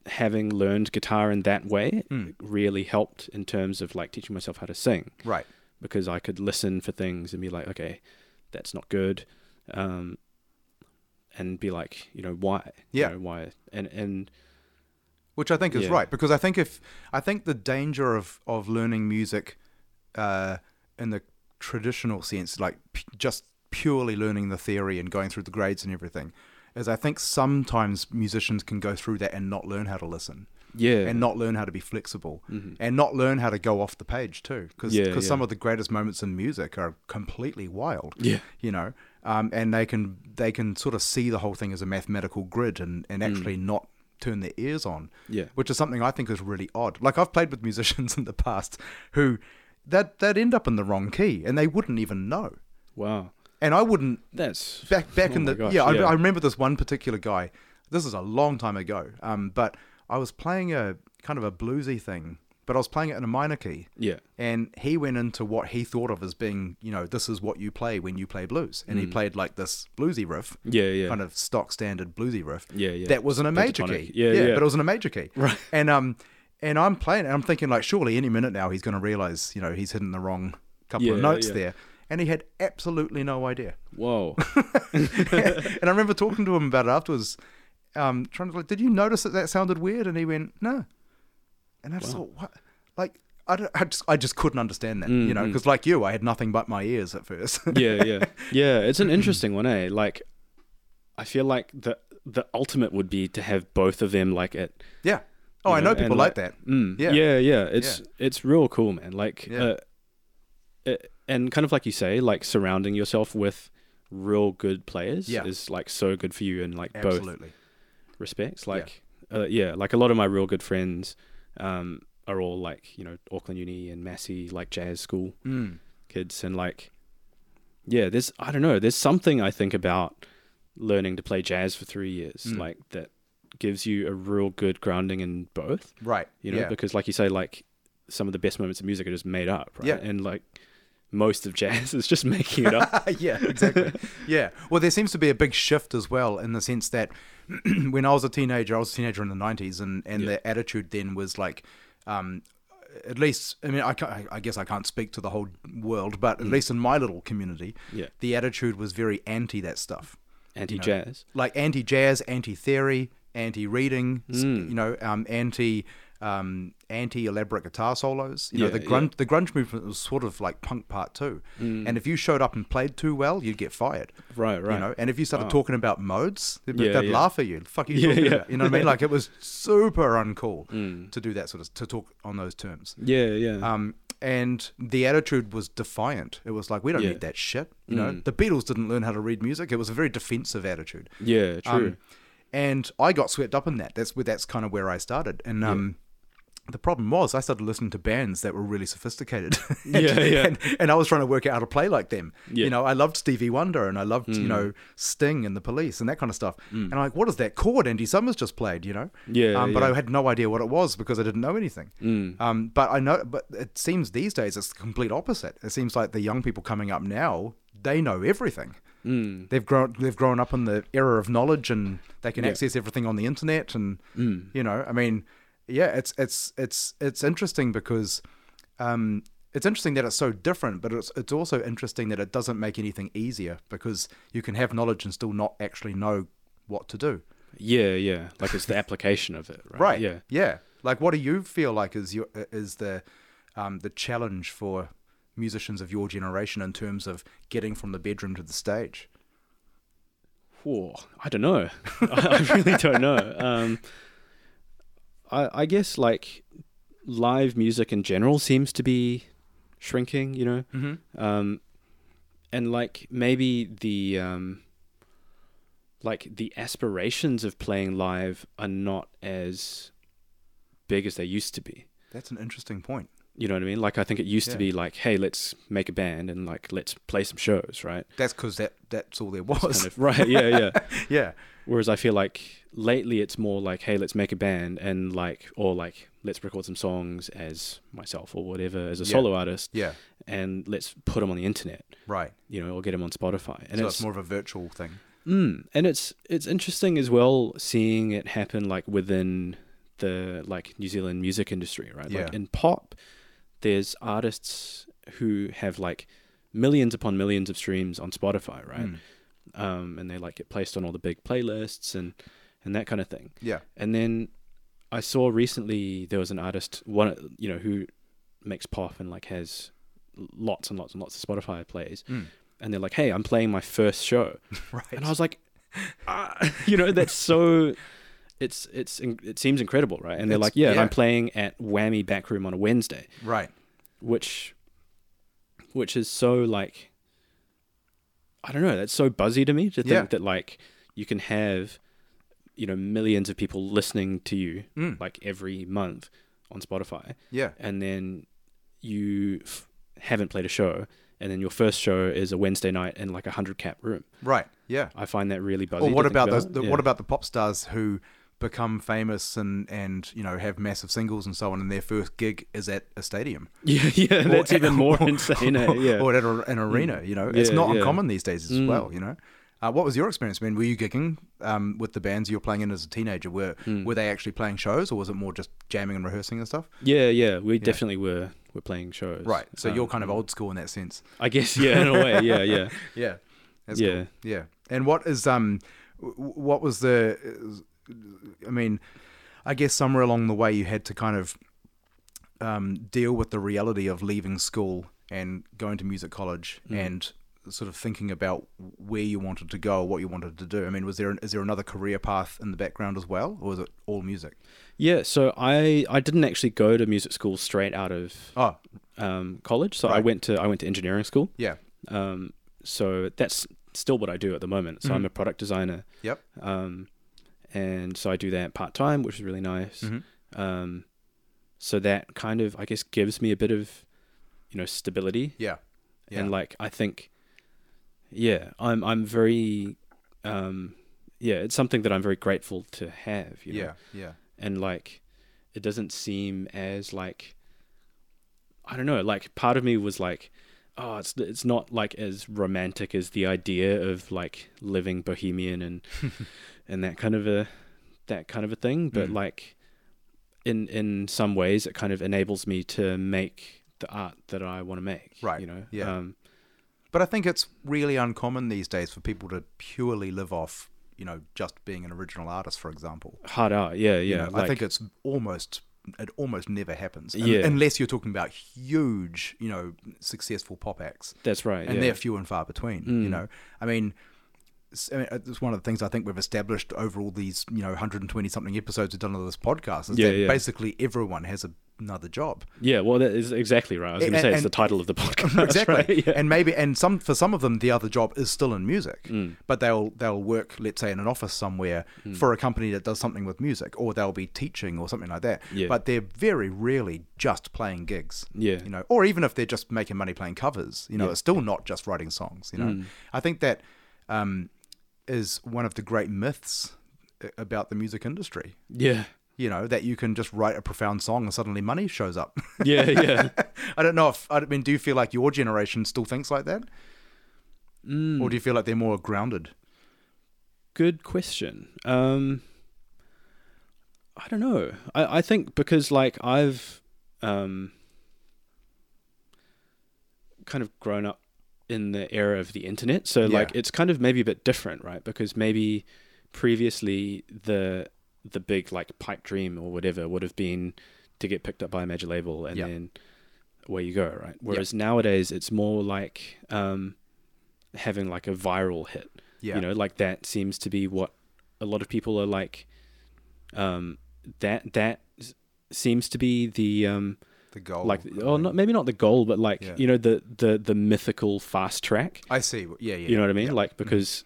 S2: having learned guitar in that way
S1: Mm.
S2: really helped in terms of like teaching myself how to sing
S1: right
S2: because I could listen for things and be like, okay, that's not good, um, and be like, you know, why? You
S1: Yeah.
S2: know, why? And and
S1: which I think is
S2: Yeah.
S1: right because I think if I think the danger of of learning music uh, in the traditional sense, like p- just purely learning the theory and going through the grades and everything, is I think sometimes musicians can go through that and not learn how to listen
S2: yeah,
S1: and not learn how to be flexible
S2: Mhm.
S1: and not learn how to go off the page too because
S2: Yeah, yeah.
S1: some of the greatest moments in music are completely wild
S2: yeah,
S1: you know um, and they can they can sort of see the whole thing as a mathematical grid and, and
S2: Hmm.
S1: actually not turn their ears on
S2: yeah,
S1: which is something I think is really odd. Like I've played with musicians *laughs* in the past who that that end up in the wrong key and they wouldn't even know.
S2: wow,
S1: And I wouldn't
S2: that's
S1: back back
S2: Oh
S1: in
S2: my
S1: the
S2: gosh,
S1: yeah,
S2: yeah.
S1: I, I remember this one particular guy. This is a long time ago, um, but I was playing a kind of a bluesy thing, but I was playing it in a minor key.
S2: yeah,
S1: And he went into what he thought of as being, you know, this is what you play when you play blues. And he played like this bluesy riff,
S2: yeah, Mm. yeah,
S1: kind of stock standard bluesy riff
S2: yeah, yeah.
S1: that was in a major
S2: Pentatonic.
S1: key.
S2: Yeah, yeah.
S1: But it was in a major
S2: *laughs*
S1: key. Right. And um, and I'm playing, and I'm thinking like, surely any minute now he's going to realize, you know, he's hitting the wrong couple of
S2: Yeah,
S1: notes
S2: yeah.
S1: there. And he had absolutely no idea. *laughs*
S2: Whoa.
S1: and I remember talking to him about it afterwards, um, trying to like, did you notice that that sounded weird? And he went, no. And I just thought, what? Like, I, don't- I just I just couldn't understand that, you know, because like you, I had nothing but my ears at first.
S2: Mm-hmm. yeah, yeah, yeah. It's an interesting one, eh? Like, I feel like the the ultimate would be to have both of them like at
S1: *laughs* yeah. Oh,
S2: You
S1: I
S2: know,
S1: know
S2: and
S1: people like,
S2: like-
S1: that.
S2: Mm,
S1: Yeah.
S2: yeah, yeah, It's it's real cool, man. Like,
S1: Yeah.
S2: uh, it, and kind of like you say, like surrounding yourself with real good players
S1: Yeah.
S2: is like so good for you in like both
S1: Absolutely.
S2: respects. Like, yeah. Uh, yeah, like a lot of my real good friends um, are all like you know Auckland Uni and Massey, like jazz school
S1: Mm.
S2: kids, and like, yeah, there's I don't know, there's something I think about learning to play jazz for three years,
S1: Mm.
S2: like that gives you a real good grounding in both
S1: Right.
S2: you know
S1: yeah.
S2: because like you say like some of the best moments of music are just made up right
S1: Yeah.
S2: and like most of jazz *laughs* is just making it
S1: *laughs*
S2: up
S1: yeah, exactly. yeah. Well, there seems to be a big shift as well in the sense that *clears throat* when I was a teenager, I was a teenager in the 90s, and, and the attitude then was like, um, at least, I mean, I, ca- I- I guess I can't speak to the whole world, but at least in my little community,
S2: Yeah.
S1: the attitude was very anti that stuff
S2: anti-jazz Hmm.
S1: like anti jazz, anti theory, anti reading, you know, um, anti um, anti-elaborate guitar solos. You know,
S2: Yeah,
S1: the
S2: yeah.
S1: grunge the grunge movement was sort of like punk part two. And if you showed up and played too well, you'd get fired.
S2: Right, right. Oh.
S1: You know, and if you started talking about modes, they'd,
S2: Yeah,
S1: they'd
S2: yeah.
S1: laugh at you. The fuck are you
S2: Yeah,
S1: talking
S2: yeah. Hmm.
S1: about? You know what I mean? Like it was super uncool
S2: *laughs*
S1: to do that sort of to talk on those terms.
S2: Yeah, yeah.
S1: Um, and the attitude was defiant. It was like, we don't
S2: Yeah. Hmm.
S1: need that shit. You know, the Beatles didn't learn how to read music. It was a very defensive attitude.
S2: yeah, true.
S1: Um, and I got swept up in that. That's where that's kind of where I started. And um, the problem was I started listening to bands that were really sophisticated. *laughs* and,
S2: Yeah, yeah.
S1: And, and I was trying to work out how to play like them. You
S2: Yeah. Mm.
S1: know, I loved Stevie Wonder and I loved you know Sting and the Police and that kind of stuff. And I'm like, what is that chord Andy Summers just played? You know.
S2: Yeah,
S1: Um, but
S2: yeah. Mm.
S1: I had no idea what it was because I didn't know anything. Um, but I know. But it seems these days it's the complete opposite. It seems like the young people coming up now they know everything.
S2: Mm.
S1: They've grown. They've grown up in the era of knowledge, and they can access everything on the internet. And
S2: Mm.
S1: you know, I mean, yeah, it's it's it's it's interesting because um, it's interesting that it's so different, but it's it's also interesting that it doesn't make anything easier because you can have knowledge and still not actually know what to do.
S2: yeah, yeah. Like it's the application of it, right?
S1: Right.
S2: Yeah.
S1: Yeah. Like, what do you feel like is your is the um, the challenge for musicians of your generation in terms of getting from the bedroom to the stage?
S2: Whoa, I don't know. *laughs* I I really don't know. Um, I, I guess like live music in general seems to be shrinking, you know, mm-hmm. um, and like maybe the um, like the aspirations of playing live are not as big as they used to be.
S1: That's an interesting point.
S2: You know what I mean? Like I think it used
S1: Yeah.
S2: to be like, hey, let's make a band and like let's play some shows, right?
S1: That's because that that's all there was.
S2: Kind of, *laughs* right?
S1: *laughs*
S2: Yeah, *laughs* yeah.
S1: yeah.
S2: Whereas I feel like lately it's more like, hey, let's make a band and like, or like, let's record some songs as myself or whatever as a
S1: Yeah.
S2: solo artist,
S1: Yeah.
S2: and let's put them on the internet,
S1: Right.
S2: you know, or get them on Spotify. And
S1: so
S2: it's
S1: it's more of a virtual thing.
S2: mm, and it's it's interesting as well seeing it happen like within the like New Zealand music industry, right?
S1: Yeah.
S2: Like in pop, there's artists who have like millions upon millions of streams on Spotify, right?
S1: Mm.
S2: Um, and they like get placed on all the big playlists and and that kind of thing.
S1: Yeah.
S2: And then I saw recently there was an artist one you know who makes pop and like has lots and lots and lots of Spotify plays. And they're like, "Hey, I'm playing my first show,"
S1: *laughs* Right.
S2: Mm. and I was like, ah, *laughs* "You know, that's so." It's it's in- it seems incredible, right? And they're
S1: It's-
S2: like, "Yeah,
S1: yeah.
S2: I'm playing at Whammy Backroom on a Wednesday,"
S1: Right.
S2: which which is so like I don't know, that's so buzzy to me to think
S1: Yeah.
S2: that like you can have you know millions of people listening to you
S1: Mm.
S2: like every month on Spotify
S1: Yeah.
S2: and then you f- haven't played a show and then your first show is a Wednesday night in like a 100 cap room.
S1: Right. Yeah.
S2: I find that really buzzy.
S1: Or
S2: to
S1: what
S2: think
S1: about those? The,
S2: Yeah.
S1: What about the pop stars who become famous and and you know have massive singles and so on, and their first gig is at a stadium?
S2: *laughs* Yeah, yeah,
S1: Or- *laughs*
S2: that's even more
S1: or-
S2: insane. eh?
S1: or,
S2: Yeah. Mm.
S1: or at a, an arena. You know, it's
S2: Yeah,
S1: not
S2: yeah. Mm.
S1: uncommon these days as well. You know, uh, what was your experience? I mean, were you gigging um, with the bands you were playing in as a teenager? Were
S2: Mm.
S1: were they actually playing shows, or was it more just jamming and rehearsing and stuff?
S2: yeah, yeah, we definitely were were playing shows.
S1: Right. So
S2: Um,
S1: you're kind of old school in that sense.
S2: I guess yeah, in a way, yeah,
S1: *laughs*
S2: yeah.
S1: Yeah. That's
S2: Yeah.
S1: Cool. Yeah. And what is um, w- what was the? I mean, I guess somewhere along the way you had to kind of um, deal with the reality of leaving school and going to music college and sort of thinking about where you wanted to go, what you wanted to do. I mean, was there an, is there another career path in the background as well, or is it all music?
S2: Yeah, so I I didn't actually go to music school straight out of
S1: Oh,
S2: um, college. So I
S1: Right.
S2: went to I went to engineering school.
S1: yeah.
S2: Um, so that's still what I do at the moment. So I'm a product designer,
S1: Mm-hmm. Yep.
S2: um, and so I do that part time, which is really nice.
S1: Mm-hmm.
S2: Um, so that kind of I guess gives me a bit of you know stability
S1: Yeah. Yeah.
S2: and like I think yeah I'm I'm very um, yeah it's something that I'm very grateful to have. You know?
S1: Yeah. Yeah.
S2: and like it doesn't seem as like I don't know. Like part of me was like, oh, it's it's not like as romantic as the idea of like living
S1: *laughs*
S2: bohemian and and that kind of a that kind of a thing. But
S1: Mm.
S2: like in in some ways, it kind of enables me to make the art that I want to make.
S1: Right.
S2: You know.
S1: Yeah.
S2: Um,
S1: But I think it's really uncommon these days for people to purely live off, you know, just being an original artist, for example.
S2: hard art. Yeah. Yeah.
S1: You know, I think it's almost it almost never happens. Un-
S2: Yeah.
S1: Unless you're talking about huge, you know, successful pop acts.
S2: That's right.
S1: and
S2: yeah. Mm.
S1: they're few and far between. You know, I mean, s- I mean, it's one of the things I think we've established over all these, you know, 120 something episodes we've done of this podcast is
S2: Yeah,
S1: that
S2: yeah.
S1: basically everyone has a, another job.
S2: Yeah, well, that is exactly right. I was going to
S1: And-
S2: say it's the
S1: and-
S2: title of the *laughs* podcast.
S1: *laughs* exactly.
S2: right? Yeah.
S1: And maybe, and some for some of them, the other job is still in music,
S2: Mm.
S1: but they'll they'll work, let's say, in an office somewhere for a company that does something with music, or they'll be teaching or something like that.
S2: Yeah.
S1: But they're very rarely just playing gigs.
S2: Yeah.
S1: You know, or even if they're just making money playing covers, you know, it's still not just writing songs. You know,
S2: Mm.
S1: I think that um, is one of the great myths a- about the music industry. *laughs*
S2: yeah,
S1: You know that you can just write a profound song and suddenly money shows up.
S2: yeah, yeah.
S1: I don't know if I mean. Do you feel like your generation still thinks like that,
S2: Mm,
S1: or do you feel like they're more grounded?
S2: good question. Um, I don't know. I, I think because like I've um, kind of grown up in the era of the internet, so
S1: Yeah.
S2: like it's kind of maybe a bit different, right? Because maybe previously the the big like pipe dream or whatever would have been to get picked up by a major label and
S1: Yeah.
S2: then away you go, right? Whereas nowadays it's more like um, having like a viral hit.
S1: Yeah.
S2: You know, like that seems to be what a lot of people are like um that that s- seems to be the um
S1: The goal,
S2: like
S1: I
S2: oh
S1: mean.
S2: not maybe not the goal but like
S1: Yeah.
S2: you know the the the mythical fast track
S1: I see. Yeah, yeah.
S2: you know what I mean?
S1: yeah.
S2: Like because,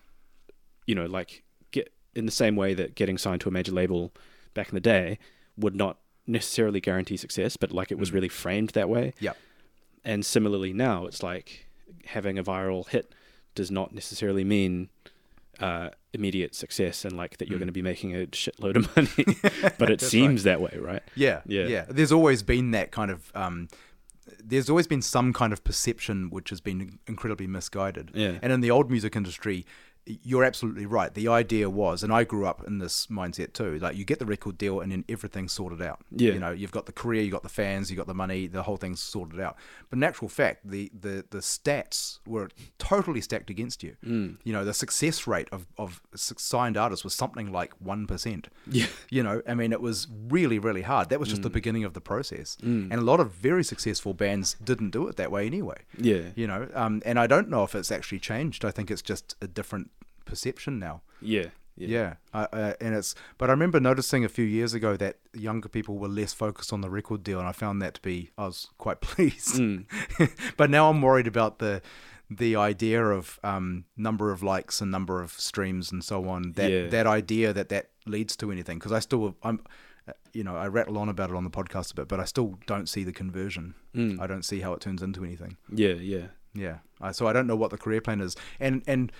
S2: you know, like get in the same way that getting signed to a major label back in the day would not necessarily guarantee success, but like it was really framed that way.
S1: Yep.
S2: And similarly, now it's like having a viral hit does not necessarily mean uh, immediate success and like that you're going to be making a shitload of *laughs* money, but it seems that way, Mm. right?
S1: yeah, yeah,
S2: Yeah.
S1: yeah. There's always been that kind of. Um, there's always been some kind of perception which has been incredibly misguided.
S2: Yeah.
S1: And in the old music industry, you're absolutely right. The idea was, and I grew up in this mindset too, like you get the record deal and then everything's sorted out.
S2: Yeah.
S1: You know, you've got the career, you've got the fans, you've got the money, the whole thing's sorted out. But in actual fact, the, the, the stats were totally stacked against you.
S2: Hmm.
S1: You know, the success rate of, of s- signed artists was something like 1%.
S2: *laughs* Yeah. Hmm.
S1: You know, I mean, it was really, really hard. That was just the beginning of the process. And a lot of very successful bands didn't do it that way anyway.
S2: Yeah.
S1: You know, um, and I don't know if it's actually changed. I think it's just a different perception now.
S2: Yeah. Yeah.
S1: Yeah. I I and it's, but I remember noticing a few years ago that younger people were less focused on the record deal, and I found that to be, I was quite *laughs* pleased.
S2: Mm.
S1: but now I'm worried about the, the idea of um, number of likes and number of streams and so on. That
S2: Yeah.
S1: that idea that that leads to anything because I still I'm, uh, you know, I rattle on about it on the podcast a bit, but I still don't see the conversion.
S2: Mm.
S1: I don't see how it turns into anything.
S2: Yeah. Yeah.
S1: Yeah. I so I don't know what the career plan is, and and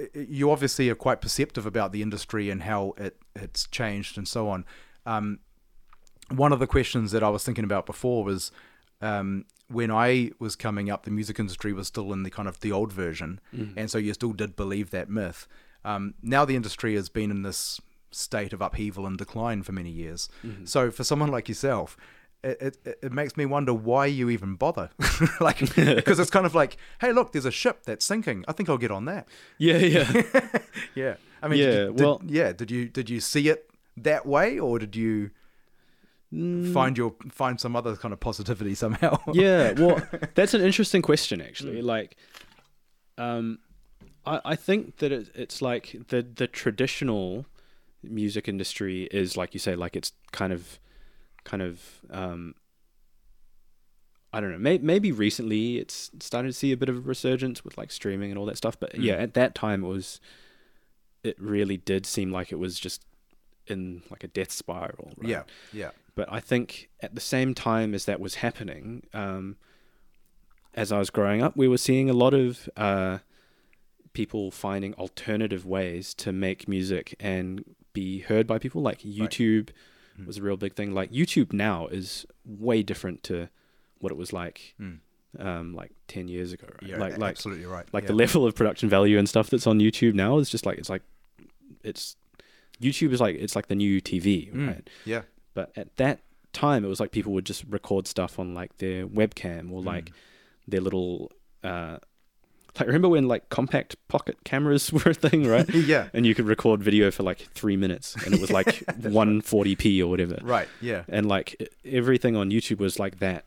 S1: uh, you obviously are quite perceptive about the industry and how it it's changed and so on. Um, one of the questions that I was thinking about before was um, when I was coming up, the music industry was still in the kind of the old version, and so you still did believe that myth. Um, now the industry has been in this state of upheaval and decline for many years. So for someone like yourself, it, it, it makes me wonder why you even bother, *laughs* like because it's kind of like, hey, look, there's a ship that's sinking. I think I'll get on that.
S2: Yeah. Yeah.
S1: Yeah, I mean,
S2: Yeah,
S1: did you, did-
S2: well-
S1: yeah. Did you did you see it that way, or did you find your find some other kind of positivity somehow?
S2: Mm.
S1: *laughs*
S2: yeah well that's an interesting question actually like um i i think that it, it's like the the traditional music industry is like you say like it's kind of kind of um I don't know. May, maybe recently it's started to see a bit of a resurgence with like streaming and all that stuff. But yeah, at that time it was, it really did seem like it was just in like a death spiral. Right?
S1: yeah, yeah,
S2: But I think at the same time as that was happening, um, as I was growing up, we were seeing a lot of uh, people finding alternative ways to make music and be heard by people. Like YouTube
S1: Mm.
S2: was a real big thing. Like YouTube now is way different to what it was like, um, like ten years ago. Right?
S1: Mm. yeah.
S2: like,
S1: a-
S2: like
S1: absolutely right.
S2: like
S1: yeah.
S2: the level of production value and stuff that's on YouTube now is just like it's like it's YouTube is like it's like the new TV,
S1: Mm.
S2: right?
S1: yeah,
S2: but at that time it was like people would just
S1: Mm.
S2: record stuff on like their webcam or like their little uh Like remember when like compact pocket cameras *laughs* were a thing, right?
S1: *laughs*
S2: *laughs*
S1: Yeah.
S2: And you could record video for like three minutes, and it was
S1: *laughs*
S2: like 140p or whatever.
S1: Right. Yeah.
S2: And like e- everything on YouTube was like that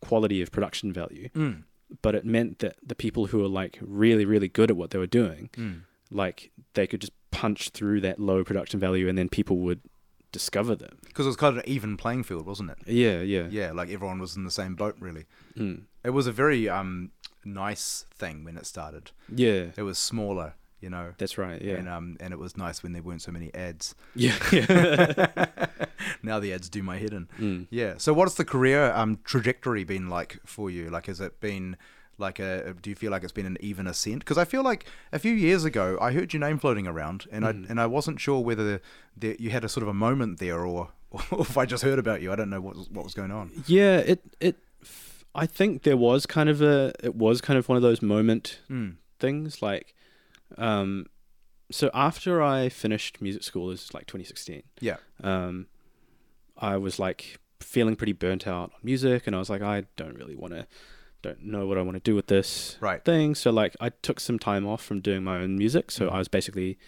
S2: quality of production value,
S1: Mm.
S2: but it meant that the people who were like really really good at what they were doing,
S1: Mm.
S2: like they could just punch through that low production value, and then people would discover them.
S1: Because it was kind of an even playing field, wasn't it?
S2: Yeah, yeah,
S1: Yeah, like everyone was in the same boat, really.
S2: Mm.
S1: It was a very um, nice thing when it started.
S2: yeah.
S1: It was smaller, you know,
S2: That's right. Yeah,
S1: and um, and it was nice when there weren't so many
S2: *laughs*
S1: ads. *laughs*
S2: yeah, yeah.
S1: Now the ads do my head in.
S2: Mm.
S1: Yeah. So what's the career um, trajectory been like for you? Like, has it been like a? Do you feel like it's been an even ascent? Because I feel like a few years ago I heard your name floating around, and I
S2: Mm.
S1: and I wasn't sure whether the, you had a sort of a moment there or. *laughs* Or if I just heard about you, I don't know what was, what was going on.
S2: Yeah, it it. f- I think there was kind of a it was kind of one of those moment
S1: Mm.
S2: things like, um, so after I finished music school, this is like 2016.
S1: Yeah.
S2: Um, I was like feeling pretty burnt out on music, and I was like, I don't really want to, don't know what I want to do with this
S1: Right.
S2: thing. So like, I took some time off from doing my own music. So
S1: Mm-hmm.
S2: I was basically,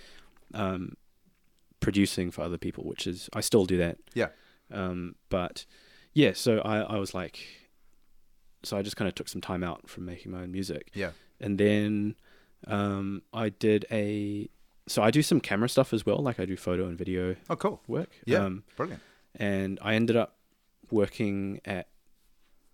S2: um, producing for other people, which is I still do that.
S1: Yeah.
S2: Um, but yeah, so I, I was like, so I just kind of took some time out from making my own music.
S1: Yeah.
S2: And then um, I did a, so I do some camera stuff as well. Like I do photo and video
S1: Oh, cool.
S2: work.
S1: Yeah.
S2: Um,
S1: Brilliant.
S2: and I ended up working at,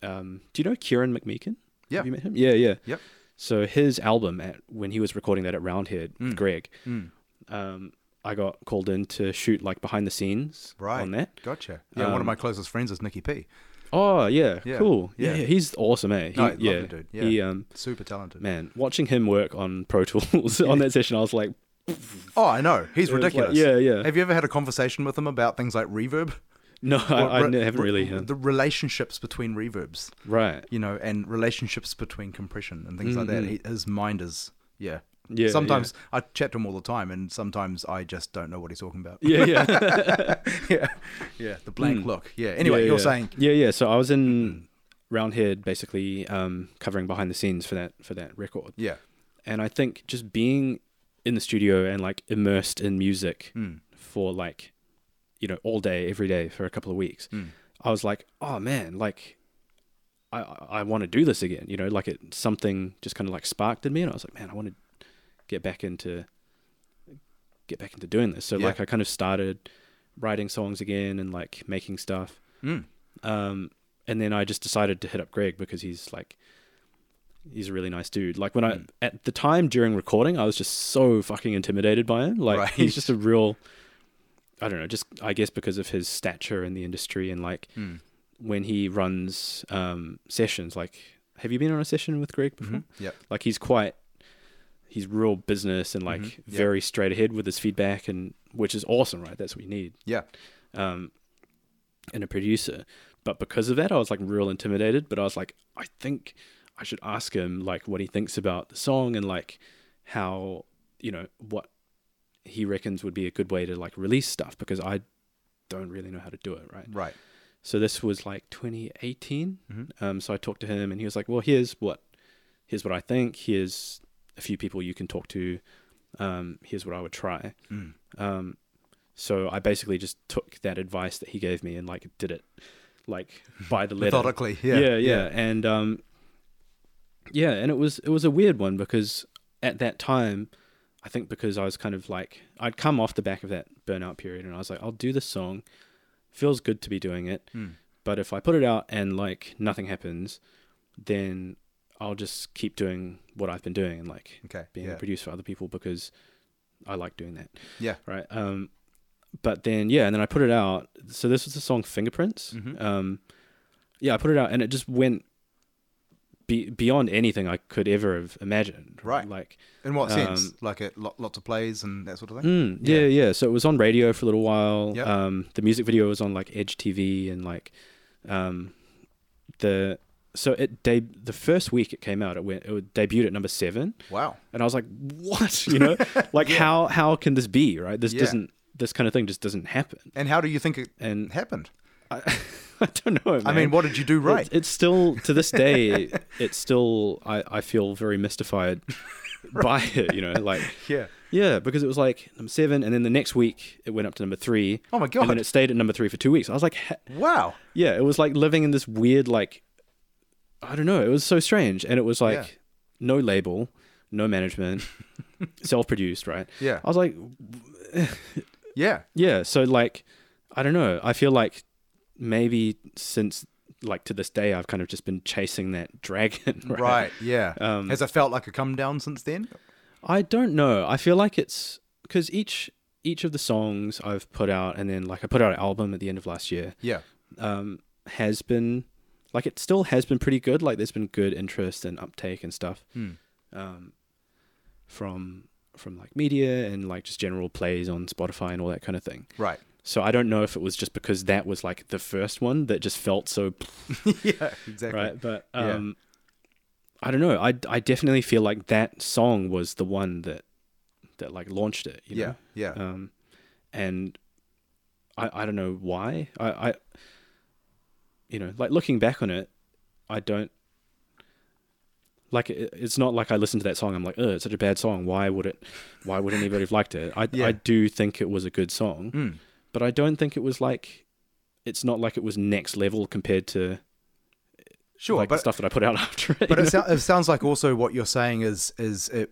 S2: um, do you know Kieran McMeekin?
S1: Yeah.
S2: Have you met him? Yeah, yeah.
S1: Yep.
S2: So his album at when he was recording that at Roundhead with
S1: Mm.
S2: Greg,
S1: Mm.
S2: um, I got called in to shoot like behind the scenes
S1: Right.
S2: on that.
S1: Gotcha. Yeah, one of
S2: Um,
S1: my closest friends is Nikki P.
S2: Oh yeah,
S1: Yeah,
S2: cool.
S1: yeah.
S2: Yeah. he's awesome, eh? He,
S1: No, lovely
S2: yeah,
S1: dude, yeah.
S2: He, um,
S1: Super talented.
S2: man, watching him work on Pro Tools *laughs* on that session, I was like,
S1: Oh, I know. He's
S2: It was like-
S1: ridiculous.
S2: yeah, yeah.
S1: Have you ever had a conversation with him about things like reverb?
S2: no, I, I
S1: Or re-
S2: ne- haven't
S1: re-
S2: really. uh,
S1: The relationships between reverbs,
S2: right.
S1: you know, and relationships between compression and things like that. He, his mind is, yeah.
S2: Mm-hmm. Yeah,
S1: Sometimes I chat to him all the time, and sometimes I just don't know what he's talking about.
S2: Yeah,
S1: *laughs*
S2: *laughs* yeah.
S1: yeah. Yeah. The blank look. Yeah. Anyway,
S2: Yeah,
S1: you're
S2: yeah.
S1: saying.
S2: Yeah, yeah. So I was in Roundhead, basically um, covering behind the scenes for that for that record,
S1: Yeah.
S2: and I think just being in the studio and like immersed in music
S1: Mm.
S2: for like, you know, all day, every day for a couple of weeks.
S1: Mm.
S2: I was like, oh man, like I I want to do this again. You know, like it something just kind of like sparked in me, and I was like, man, I want to get back into get back into doing this. So
S1: Yeah.
S2: like I kind of started writing songs again and like making stuff.
S1: Mm.
S2: Um, and then I just decided to hit up Greg because he's like, he's a really nice dude. Like when I
S1: Hmm.
S2: at the time during recording, I was just so fucking intimidated by him. Like
S1: Right.
S2: he's just a real, I don't know, just I guess because of his stature in the industry and like
S1: Mm.
S2: when he runs um, sessions. Like, have you been on a session with Greg *laughs* before?
S1: Yep.
S2: Like he's quite, he's real business and like
S1: Mhm. Yeah.
S2: very straight ahead with his feedback and which is awesome, right? That's what you need
S1: Yeah.
S2: um, and a producer. But because of that, I was like real intimidated. But I was like, I think I should ask him like what he thinks about the song and like how you know what he reckons would be a good way to like release stuff because I don't really know how to do it right.
S1: Right.
S2: So this was like 2018.
S1: Mm-hmm.
S2: Um, so I talked to him, and he was like, "Well, here's what, here's what I think. Here's a few people you can talk to. Um, here's what I would try."
S1: Mm.
S2: Um, so I basically just took that advice that he gave me and like did it, like by
S1: *laughs*
S2: the letter.
S1: Methodically.
S2: yeah,
S1: Yeah.
S2: yeah, and um, yeah, and it was it was a weird one because at that time, I think because I was kind of like I'd come off the back of that burnout period, and I was like, I'll do this song. Feels good to be doing it
S1: Mm.
S2: but if I put it out and like nothing happens, then I'll just keep doing what I've been doing and like
S1: Okay.
S2: being
S1: yeah.
S2: a producer for other people because I like doing that.
S1: Yeah.
S2: Right. Um, but then yeah, and then I put it out. So this was the song Fingerprints.
S1: Mhm.
S2: Um, yeah, I put it out and it just went be- beyond anything I could ever have imagined.
S1: Right.
S2: Like
S1: In what sense?
S2: Um,
S1: Like it, lot, lots of plays and that sort of thing.
S2: Mm,
S1: Yeah.
S2: yeah. yeah, So it was on radio for a little while.
S1: Yep.
S2: Um, the music video was on like Edge TV and like um, the so it de- the first week it came out it went it debuted at number seven
S1: Wow.
S2: and I was like what *laughs* you
S1: *laughs*
S2: know like how how can this be right this
S1: Yeah.
S2: doesn't this kind of thing just doesn't happen
S1: And how do you think it
S2: and
S1: happened?
S2: I, *laughs* I don't know. Man.
S1: I mean, what did you do right?
S2: It's, it's still to this
S1: *laughs*
S2: day. it's still. I, I feel very mystified by it. You know, like
S1: yeah.
S2: yeah, because it was like number seven, and then the next week it went up to number three.
S1: Oh my
S2: And
S1: God.
S2: then it stayed at number three for two weeks. I was like, "Ha-
S1: Wow.
S2: yeah, it was like living in this weird like, I don't know. It was so strange, and it was like
S1: Yeah.
S2: no label, no
S1: *laughs*
S2: management, self-produced, right?
S1: Yeah.
S2: I was like,
S1: Yeah.
S2: yeah, so like I don't know. I feel like maybe since like to this day I've kind of just been chasing that dragon, *laughs* right? Um,
S1: Right. Yeah. Has it felt like a come down since then?
S2: I don't know. I feel like it's cuz each each of the songs I've put out and then like I put out an album at the end of last year
S1: Yeah.
S2: um has been like it still has been pretty good. Like there's been good interest and uptake and stuff. Um from from like media and like just general plays on Spotify and all that kind of thing.
S1: Right. *laughs*
S2: So I don't know if it was just because that was like the first one that just felt so
S1: yeah. Exactly.
S2: right, but
S1: Yeah.
S2: um, I don't know. I I definitely feel like that song was the one that that like launched it. You
S1: Yeah. Yeah.
S2: Know? Um, and I I don't know why I I you know like looking back on it, I don't like it, it's not like I listened to that song. I'm like, oh, it's such a bad song. Why would it? Why would anybody have liked it? I
S1: *laughs* Yeah.
S2: I do think it was a good song,
S1: Mm.
S2: but I don't think it was like. It's not like it was next level compared to
S1: Sure.
S2: like
S1: but
S2: the *laughs* stuff that I put out after it.
S1: But
S2: you
S1: it,
S2: know?
S1: sou- it sounds like also what you're saying is is it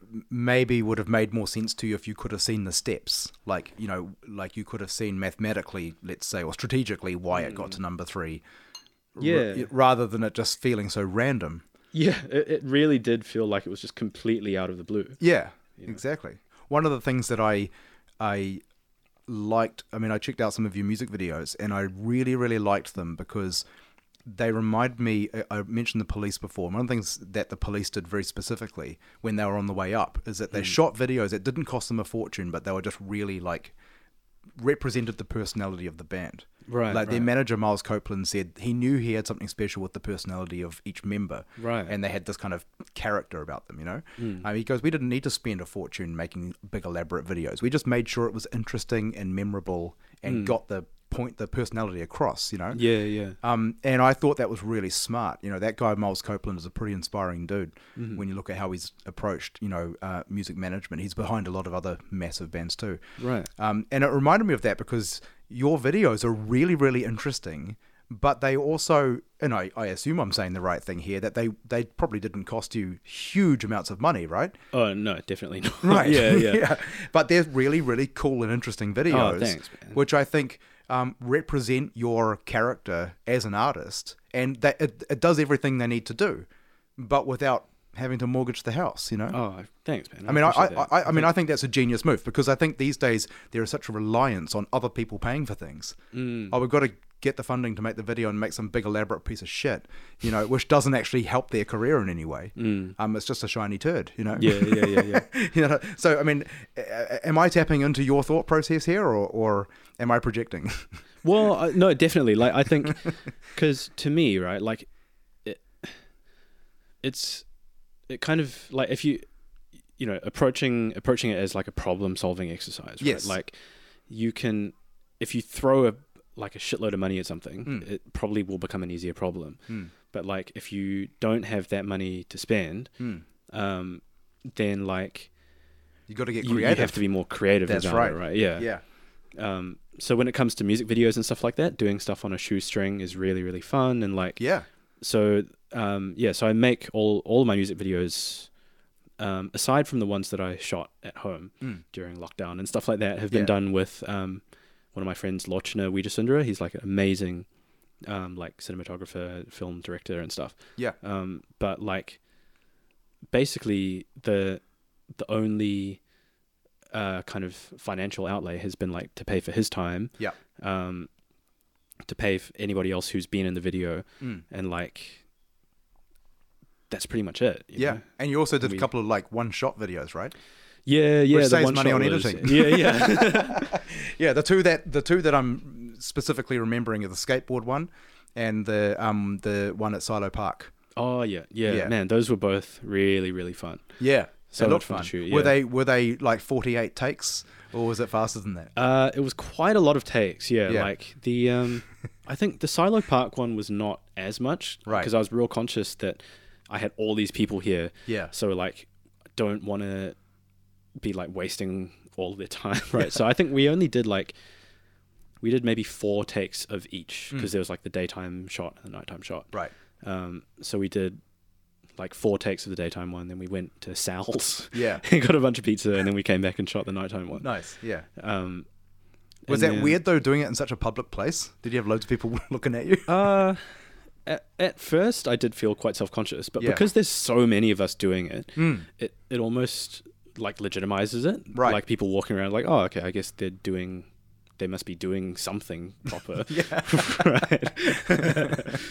S1: maybe would have made more sense to you if you could have seen the steps, like you know, like you could have seen mathematically, let's say, or strategically why it got to number three, r-
S2: Hmm. Yeah.
S1: rather than it just feeling so random.
S2: yeah, it, it really did feel like it was just completely out of the blue.
S1: Yeah, exactly. One of the things that I I liked, I mean, I checked out some of your music videos, and I really, really liked them because they remind me. I- I mentioned the police before. One of the things that the police did very specifically when they were on the way up is
S2: Hmm.
S1: that they shot videos that didn't cost them a fortune, but they were just really like represented the personality of the band.
S2: Right,
S1: Like their
S2: right.
S1: manager Miles Copeland said he knew he had something special with the personality of each member.
S2: Right.
S1: And they had this kind of character about them, you know? Um, he goes, We didn't need to spend a fortune making big elaborate videos. We just made sure it was interesting and memorable and got the point the personality across, you know?
S2: Yeah, yeah.
S1: Um, and I thought that was really smart. You know, that guy Miles Copeland is a pretty inspiring dude when you look at how he's approached, you know, uh, music management. He's behind a lot of other massive bands too.
S2: Right.
S1: Um, and it reminded me of that because your videos are really, really interesting, but they also, and I, I assume I'm saying the right thing here, that they they probably didn't cost you huge amounts of money,
S2: *laughs*
S1: right?
S2: Oh no, definitely not.
S1: Right.
S2: *laughs*
S1: *laughs*
S2: yeah, yeah. Oh,
S1: But they're really, really cool and interesting videos,
S2: thanks, man.
S1: which I think um, represent your character as an artist, and that it, it does everything they need to do, but without having to mortgage the house, you know.
S2: Oh, thanks, man.
S1: I mean, I,
S2: appreciate
S1: I,
S2: that.
S1: I, I mean, I think that's a genius move because I think these days there is such a reliance on other people paying for things.
S2: Mm.
S1: Oh, we've got to get the funding to make the video and make some big elaborate piece of shit, you know, which doesn't actually help their career in any way. Um, it's just a shiny turd, you know.
S2: Mm. yeah, yeah, yeah, yeah.
S1: *laughs* you know. So, I mean, a- a- am I tapping into your thought process here, or or am I projecting? *laughs*
S2: Well, I, no, definitely. Like I think, because to me, right, like it, it's it kind of like if you you know approaching approaching it as like a problem solving exercise. Right?
S1: Yes.
S2: Like you can if you throw a like a shitload of money at something,
S1: Hmm.
S2: it probably will become an easier problem. But like if you don't have that money to spend, um, then like
S1: You got to get
S2: you, you
S1: creative.
S2: have to be more creative
S1: That's
S2: about it,
S1: right.
S2: right?
S1: yeah.
S2: um, so when it comes to music videos and stuff like that, doing stuff on a shoestring is really really fun and like
S1: Yeah.
S2: so um, yeah so I make all all of my music videos um, aside from the ones that I shot at home
S1: Hmm.
S2: during lockdown and stuff like that have been
S1: Yeah.
S2: done with um, one of my friends Lochna Wijasundara. He's like an amazing um, like cinematographer, film director and stuff
S1: Yeah.
S2: um, but like basically the the only uh, kind of financial outlay has been like to pay for his time
S1: Yeah.
S2: um, to pay for anybody else who's been in the video
S1: Mm.
S2: and like that's pretty much it you
S1: Yeah.
S2: know?
S1: And you also did a
S2: We-
S1: couple of like one shot videos, right?
S2: yeah yeah the
S1: saves
S2: one
S1: money
S2: shot
S1: on
S2: was-
S1: editing.
S2: *laughs* yeah
S1: *laughs*
S2: yeah
S1: Yeah, the two that the two that I'm specifically remembering are the skateboard one and the um the one at Silo Park.
S2: oh yeah, yeah
S1: Yeah.
S2: man those were both really really fun
S1: Yeah,
S2: So
S1: it
S2: much
S1: looked
S2: fun
S1: fun.
S2: to shoot,
S1: Were
S2: yeah.
S1: they were they like 48 takes or was it faster than that?
S2: Uh, it was quite a lot of takes. Yeah,
S1: Yeah.
S2: like the um, I think the Silo Park one was not as much,
S1: Right.
S2: Because I was real conscious that I had all these people here,
S1: Yeah.
S2: So like, don't want to be like wasting all their *laughs* time, right? So I think we only did like we did maybe four takes of each
S1: Mm.
S2: because there was like the daytime shot and the nighttime shot,
S1: Right.
S2: Um, so we did like four takes of the daytime one, then we went to Sal's, *laughs*
S1: Yeah.
S2: and got a bunch of pizza, and then we came back and shot the nighttime one.
S1: Nice. Yeah.
S2: Um,
S1: Was
S2: and
S1: that
S2: then-
S1: weird though, doing it in such a public place? Did you have loads of people *laughs* looking at you?
S2: Uh, at, at first, I did feel quite self conscious, but
S1: Yeah. Hmm.
S2: because there's so many of us doing it, it, it almost like legitimizes it.
S1: Right.
S2: Like people walking around, like, oh, okay, I guess they're doing, they must be doing something
S1: *laughs*
S2: proper. yeah. *laughs* right.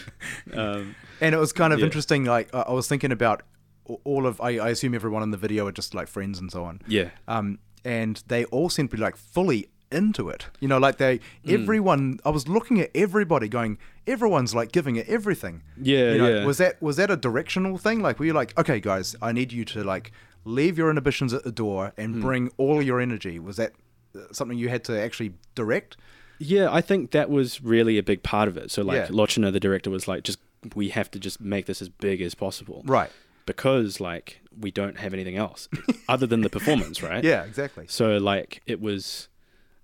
S2: *laughs* um,
S1: And it was kind of
S2: Yeah.
S1: interesting. Like I I was thinking about a- all of. I, I assume everyone in the video are just like friends and so on.
S2: yeah.
S1: Um, and they all seem to be like fully into it. You know, like they everyone. I was looking at everybody, going, everyone's like giving it everything.
S2: Yeah,
S1: You know,
S2: yeah.
S1: Was that was that a directional thing? Like were you like, okay, guys, I need you to like leave your inhibitions at the door and bring all your energy? Was that uh, something you had to actually direct?
S2: Yeah, I think that was really a big part of it. So, like,
S1: Yeah.
S2: Lochner, the director, was like, just, we have to just make this as big as possible.
S1: Right.
S2: Because, like, we don't have anything else other than the
S1: *laughs*
S2: performance, right?
S1: Yeah, exactly.
S2: So like it was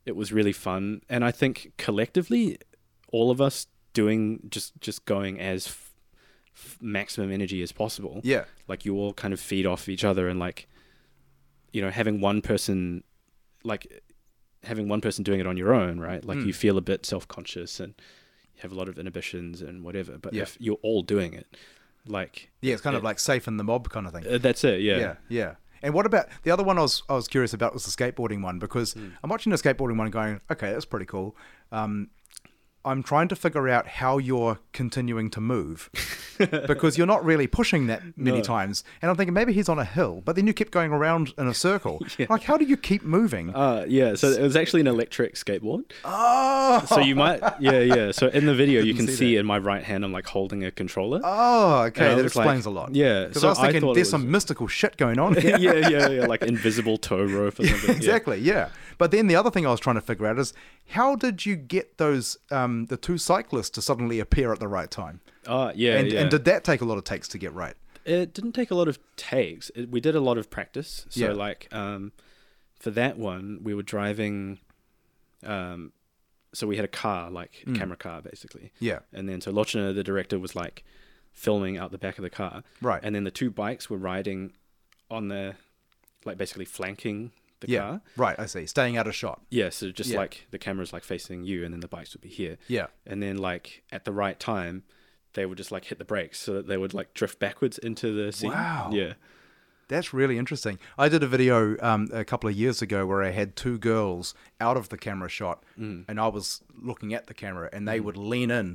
S2: it was really fun and I think collectively all of us doing just just going as f- f- maximum energy as possible.
S1: Yeah.
S2: Like you all kind of feed off each other and like you know having one person like having one person doing it on your own, right? Like
S1: Hmm.
S2: you feel a bit self-conscious and you have a lot of inhibitions and whatever, but
S1: Yeah.
S2: if you're all doing it like
S1: Yeah, it's kind of like safe in the mob kind of thing.
S2: uh, that's it, yeah.
S1: yeah, yeah. And what about the other one? I was I was curious about was the skateboarding one because
S2: Hmm.
S1: I'm watching the skateboarding one, going, okay, that's pretty cool. Um, I'm trying to figure out how you're continuing to
S2: *laughs*
S1: move because you're not really pushing that many times. And I'm thinking maybe he's on a hill, but then you keep going around in a
S2: *laughs*
S1: circle. Like, how do you keep moving?
S2: Uh yeah, so it was actually an electric skateboard.
S1: oh,
S2: So you might,
S1: *laughs*
S2: yeah, yeah. So in the video, you
S1: Didn't
S2: can
S1: see
S2: see, in my right hand, I'm like holding a controller.
S1: oh, okay,
S2: And I
S1: that
S2: was like-
S1: explains a lot.
S2: yeah,
S1: because
S2: so
S1: I was
S2: I
S1: thinking
S2: thought it
S1: there's
S2: was-
S1: some mystical shit going
S2: *laughs*
S1: on here.
S2: *laughs* yeah, yeah, yeah, yeah, like invisible tow rope or something. *laughs* yeah.
S1: exactly *laughs* yeah. but then the other thing i was trying to figure out is how did you get those um, the two cyclists to suddenly appear at the right time
S2: Ah, yeah,
S1: and,
S2: yeah.
S1: and did that take a lot of takes to get right
S2: it didn't take a lot of takes. It, we did a lot of practice. So
S1: Yeah.
S2: like, um, for that one, we were driving. Um, so we had a car, like a camera car, basically.
S1: Mm. yeah
S2: And then so Lochner, the director, was like filming out the back of the car.
S1: Right.
S2: And then the two bikes were riding on the, like basically flanking the
S1: yeah
S2: car.
S1: right i see staying out of shot
S2: Yeah, so just
S1: Yeah.
S2: like the camera's like facing you, and then the bikes would be here.
S1: Yeah.
S2: and then like at the right time, they would just like hit the brakes so that they would like drift backwards into the scene.
S1: Wow.
S2: Yeah.
S1: that's really interesting i did a video um, a couple of years ago where i had two girls out of the camera shot
S2: Mm.
S1: and i was looking at the camera and they would lean in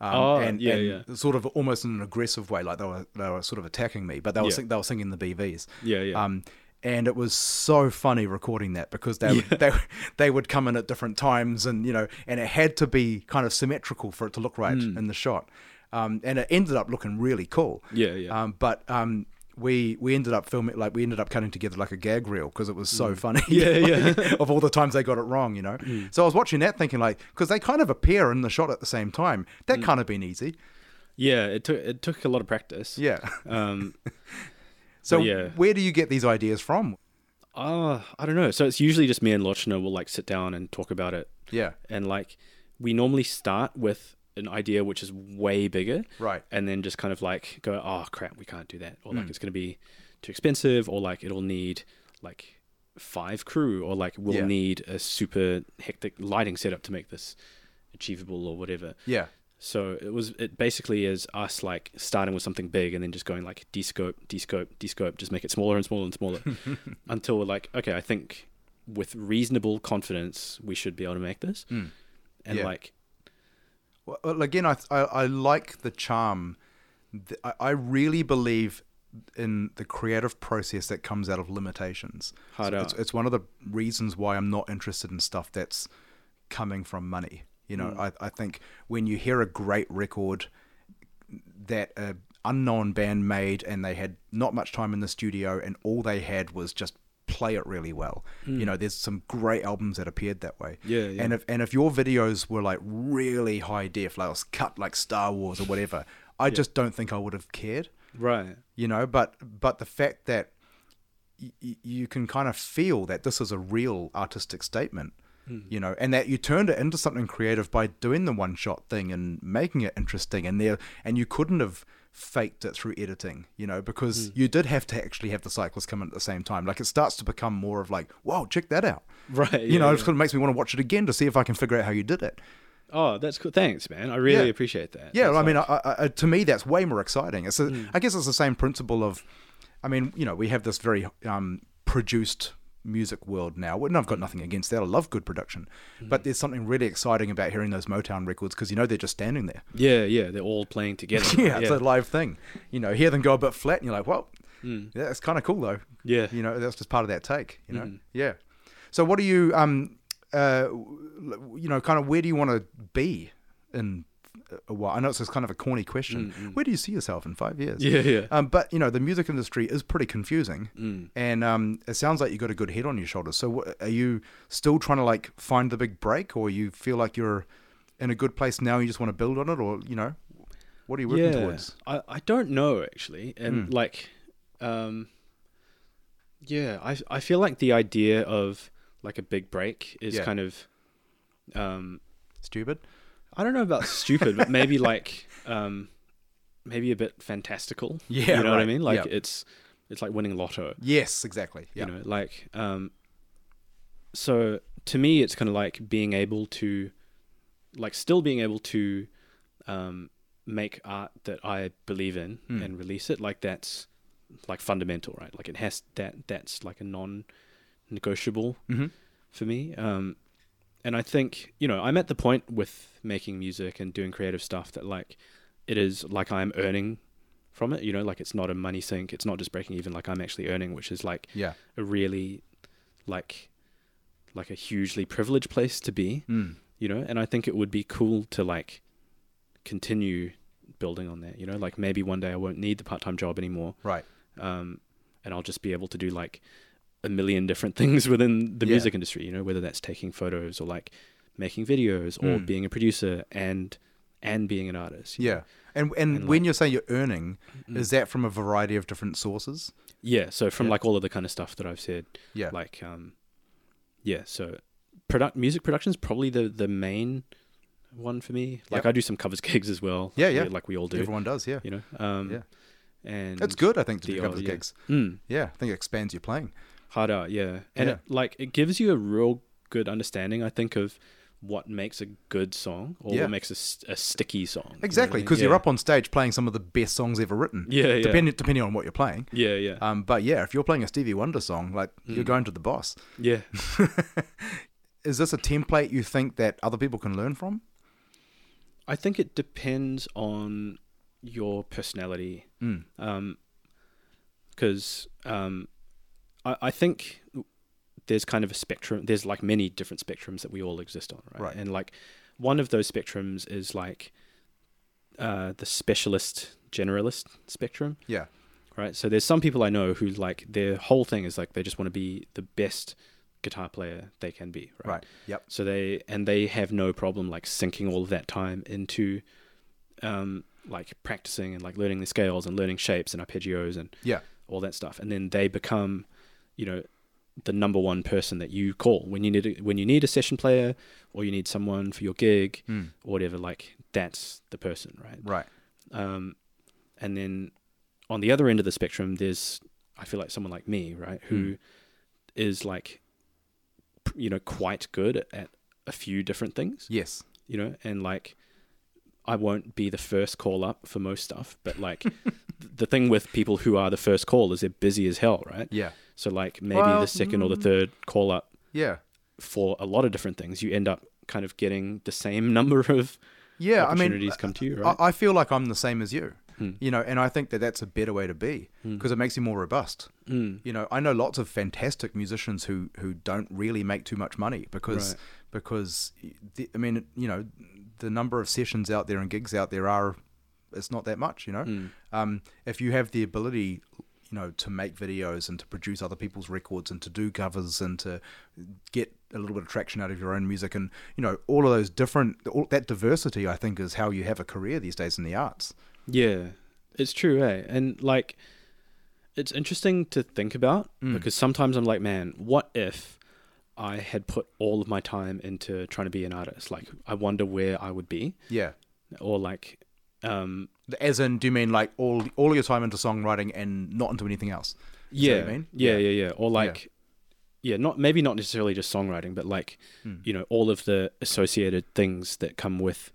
S1: um,
S2: Oh,
S1: and,
S2: yeah,
S1: and sort of almost in an aggressive way, like they were, they were sort of attacking me, but they were,
S2: Yeah.
S1: sing, they were singing the BVs.
S2: Yeah, yeah.
S1: Um, and it was so funny recording that because they, would they *laughs* they would come in at different times and you know and it had to be kind of symmetrical for it to look right
S2: Hmm.
S1: in the shot, um, and it ended up looking really cool.
S2: Yeah, yeah.
S1: Um, but um, we we ended up filming like we ended up cutting together like a gag reel because it was so funny.
S2: Hmm.
S1: *laughs*
S2: Yeah, yeah. Hmm.
S1: like, of all the times they got it wrong, you know. So I was watching that thinking like because they kind of appear in the shot at the same time. That
S2: Hmm.
S1: can't have been easy.
S2: Yeah, it took it took a lot of practice.
S1: Yeah. *laughs*
S2: Um *laughs*
S1: So
S2: yeah.
S1: where do you get these ideas from?
S2: uh, I don't know. So it's usually just me and Lochner will like sit down and talk about it.
S1: Yeah.
S2: And like we normally start with an idea which is way bigger.
S1: Right. Hmm.
S2: And then just kind of like go, oh crap, we can't do that. Or like it's gonna be too expensive or like it'll need like five crew or like we'll
S1: Yeah.
S2: need a super hectic lighting setup to make this achievable or whatever.
S1: Yeah.
S2: So it was it basically is us like starting with something big and then just going like descope, descope, descope, just make it smaller and smaller and
S1: *laughs*
S2: smaller until we're like, okay, I think with reasonable confidence we should be able to make this. And
S1: Hmm. Yeah.
S2: like
S1: Well, well, again, I, I I like the charm. Th- I, I really believe in the creative process that comes out of limitations.
S2: Hard
S1: So it's,
S2: out.
S1: it's one of the reasons why I'm not interested in stuff that's coming from money. You know, I, I think when you hear a great record that a unknown band made and they had not much time in the studio and all they had was just play it really well. You know, there's some great albums that appeared that way.
S2: Hmm. Yeah, yeah.
S1: And if and if your videos were like really high def, like it was cut like Star Wars or whatever, I just don't think I would have cared
S2: Right. *laughs*
S1: you know but but the fact that y- y- you can kind of feel that this is a real artistic statement
S2: Hmm.
S1: you know and that you turned it into something creative by doing the one shot thing and making it interesting and there and you couldn't have faked it through editing you know
S2: Hmm.
S1: because you did have to actually have the cyclists come in at the same time like it starts to become more of like whoa check that out
S2: Right.
S1: you
S2: yeah,
S1: know it
S2: yeah.
S1: sort of makes me want to watch it again to see if i can figure out how you did it
S2: Oh, that's cool. Thanks, man. I really
S1: Yeah.
S2: appreciate that.
S1: Yeah,
S2: That's
S1: well, I mean,
S2: like- Hmm.
S1: I, I, I- to me, that's way more exciting. It's a, I guess it's the same principle of, I mean, you know, we have this very um, produced music world now. And I've got nothing against that. I love good production, but
S2: Hmm.
S1: there's something really exciting about hearing those Motown records because you know they're just standing there.
S2: yeah, yeah. They're all playing together.
S1: *laughs* Yeah, it's a live thing. You know, hear them go a bit flat, and you're like, well, yeah, that's kind of cool though.
S2: Hmm. Yeah. Hmm.
S1: you know, that's just part of that take. You know, yeah. So, what do you, um, uh, you know, kind of where do you want to be in a while? I know it's just kind of a corny question. Where do you see yourself in five years?
S2: Hmm, Yeah, yeah.
S1: Um, but you know, the music industry is pretty confusing,
S2: Mm.
S1: and um, it sounds like you got a good head on your shoulders. So, wh- are you still trying to like find the big break, or you feel like you're in a good place now? You just want to build on it, or you know, what are you working
S2: yeah.
S1: towards? Hmm.
S2: I, I don't know actually, and like, um, yeah, I I feel like the idea of like a big break is
S1: Yeah.
S2: kind of, um,
S1: Stupid.
S2: I don't know about stupid,
S1: *laughs*
S2: but maybe like, um, maybe a bit fantastical.
S1: Yeah,
S2: you know what I
S1: right,
S2: mean. Like
S1: yeah.
S2: it's it's like winning lotto.
S1: Yes, exactly. Yeah.
S2: you know like um so to me it's kind of like being able to like still being able to um make art that i believe in and release it like that's like fundamental right like it has that that's like a non negotiable
S1: Mm-hmm.
S2: for me um and i think you know i'm at the point with making music and doing creative stuff that like it is like i'm earning from it you know like it's not a money sink it's not just breaking even like i'm actually earning which is like
S1: Yeah.
S2: a really like like a hugely privileged place to be
S1: Mm.
S2: you know and i think it would be cool to like continue building on that you know like maybe one day i won't need the part-time job anymore
S1: Right.
S2: um and i'll just be able to do like a million different *laughs* things within the
S1: Yeah.
S2: music industry you know whether that's taking photos or like making videos or
S1: Mm.
S2: being a producer and and being an artist you know?
S1: Yeah. And and,
S2: And,
S1: when
S2: like- Mm.
S1: you're saying you're earning, is that from a variety of different sources?
S2: yeah so from
S1: Yeah.
S2: like all of the kind of stuff that i've said
S1: Yeah.
S2: like um yeah so product music production is probably the the main one for me like
S1: Yep.
S2: i do some covers *laughs* gigs as well
S1: Yeah, yeah.
S2: we- like we all do
S1: Everyone does, yeah.
S2: you know um
S1: Yeah.
S2: and
S1: That's good, I think, to do
S2: the
S1: covers
S2: odd, yeah.
S1: gigs.
S2: mm,
S1: Yeah, I think it expands your playing.
S2: hard art yeah and
S1: Yeah.
S2: It, like it gives you a real good understanding i think of what makes a good song or
S1: Yeah.
S2: what makes a, s- a sticky song you know what I
S1: Exactly,
S2: mean?
S1: because you're
S2: Yeah.
S1: up on stage playing some of the best songs ever written.
S2: Yeah, yeah.
S1: Depending depending on what you're playing.
S2: yeah yeah
S1: Um, but yeah, if you're playing a Stevie Wonder song, like
S2: Mm.
S1: you're going to the boss.
S2: yeah
S1: Is this a template you think that other people can learn from?
S2: I think it depends on your personality.
S1: Mm,
S2: Because um, I, I think there's kind of a spectrum. There's like many different spectrums that we all exist on, right?
S1: Right.
S2: And like one of those spectrums is like uh, the specialist generalist spectrum,
S1: Yeah.
S2: right? So there's some people I know who like their whole thing is like they just want to be the best guitar player they can be, right?
S1: Right. Yep.
S2: So they and they have no problem like sinking all of that time into um like practicing and like learning the scales and learning shapes and arpeggios and
S1: Yeah.
S2: all that stuff. And then they become, you know, the number one person that you call when you need a, when you need a session player or you need someone for your gig
S1: Mm.
S2: or whatever like that's the person, right?
S1: Right.
S2: Um, and then on the other end of the spectrum, there's I feel like someone like me, right,
S1: Hmm.
S2: who is like, p- you know, quite good at a few different things,
S1: Yes.
S2: you know, and like I won't be the first call up for most stuff, but
S1: *laughs*
S2: like th- the thing with people who are the first call is they're busy as hell, right?
S1: Yeah.
S2: So like maybe
S1: Well, mm.
S2: the second or the third call up
S1: Yeah.
S2: for a lot of different things, you end up kind of getting the same *laughs* number of
S1: Yeah. I mean, uh,
S2: opportunities come to you, right? Hmm.
S1: I, I feel like I'm the same as you, you know, and I think that that's a better way to be because it makes you more robust.
S2: Hmm.
S1: You know, I know lots of fantastic musicians who who don't really make too much money because
S2: Right.
S1: because the, I mean, you know, the number of sessions out there and gigs out there are it's not that much, you know. Um, if you have the ability, you you know, to make videos and to produce other people's records and to do covers and to get a little bit of traction out of your own music and you know all of those different all that diversity I think is how you have a career these days in the arts.
S2: Yeah, it's true, eh? And like, it's interesting to think about because sometimes I'm like, man, what if I had put all of my time into trying to be an artist? Like, I wonder where I would be,
S1: Yeah.
S2: or like, um,
S1: As in, do you mean like all all your time into songwriting and not into anything else? Is that
S2: yeah,
S1: what you mean?
S2: yeah, yeah, yeah, or like, yeah. not maybe not necessarily just songwriting, but like,
S1: Hmm.
S2: you know, all of the associated things that come with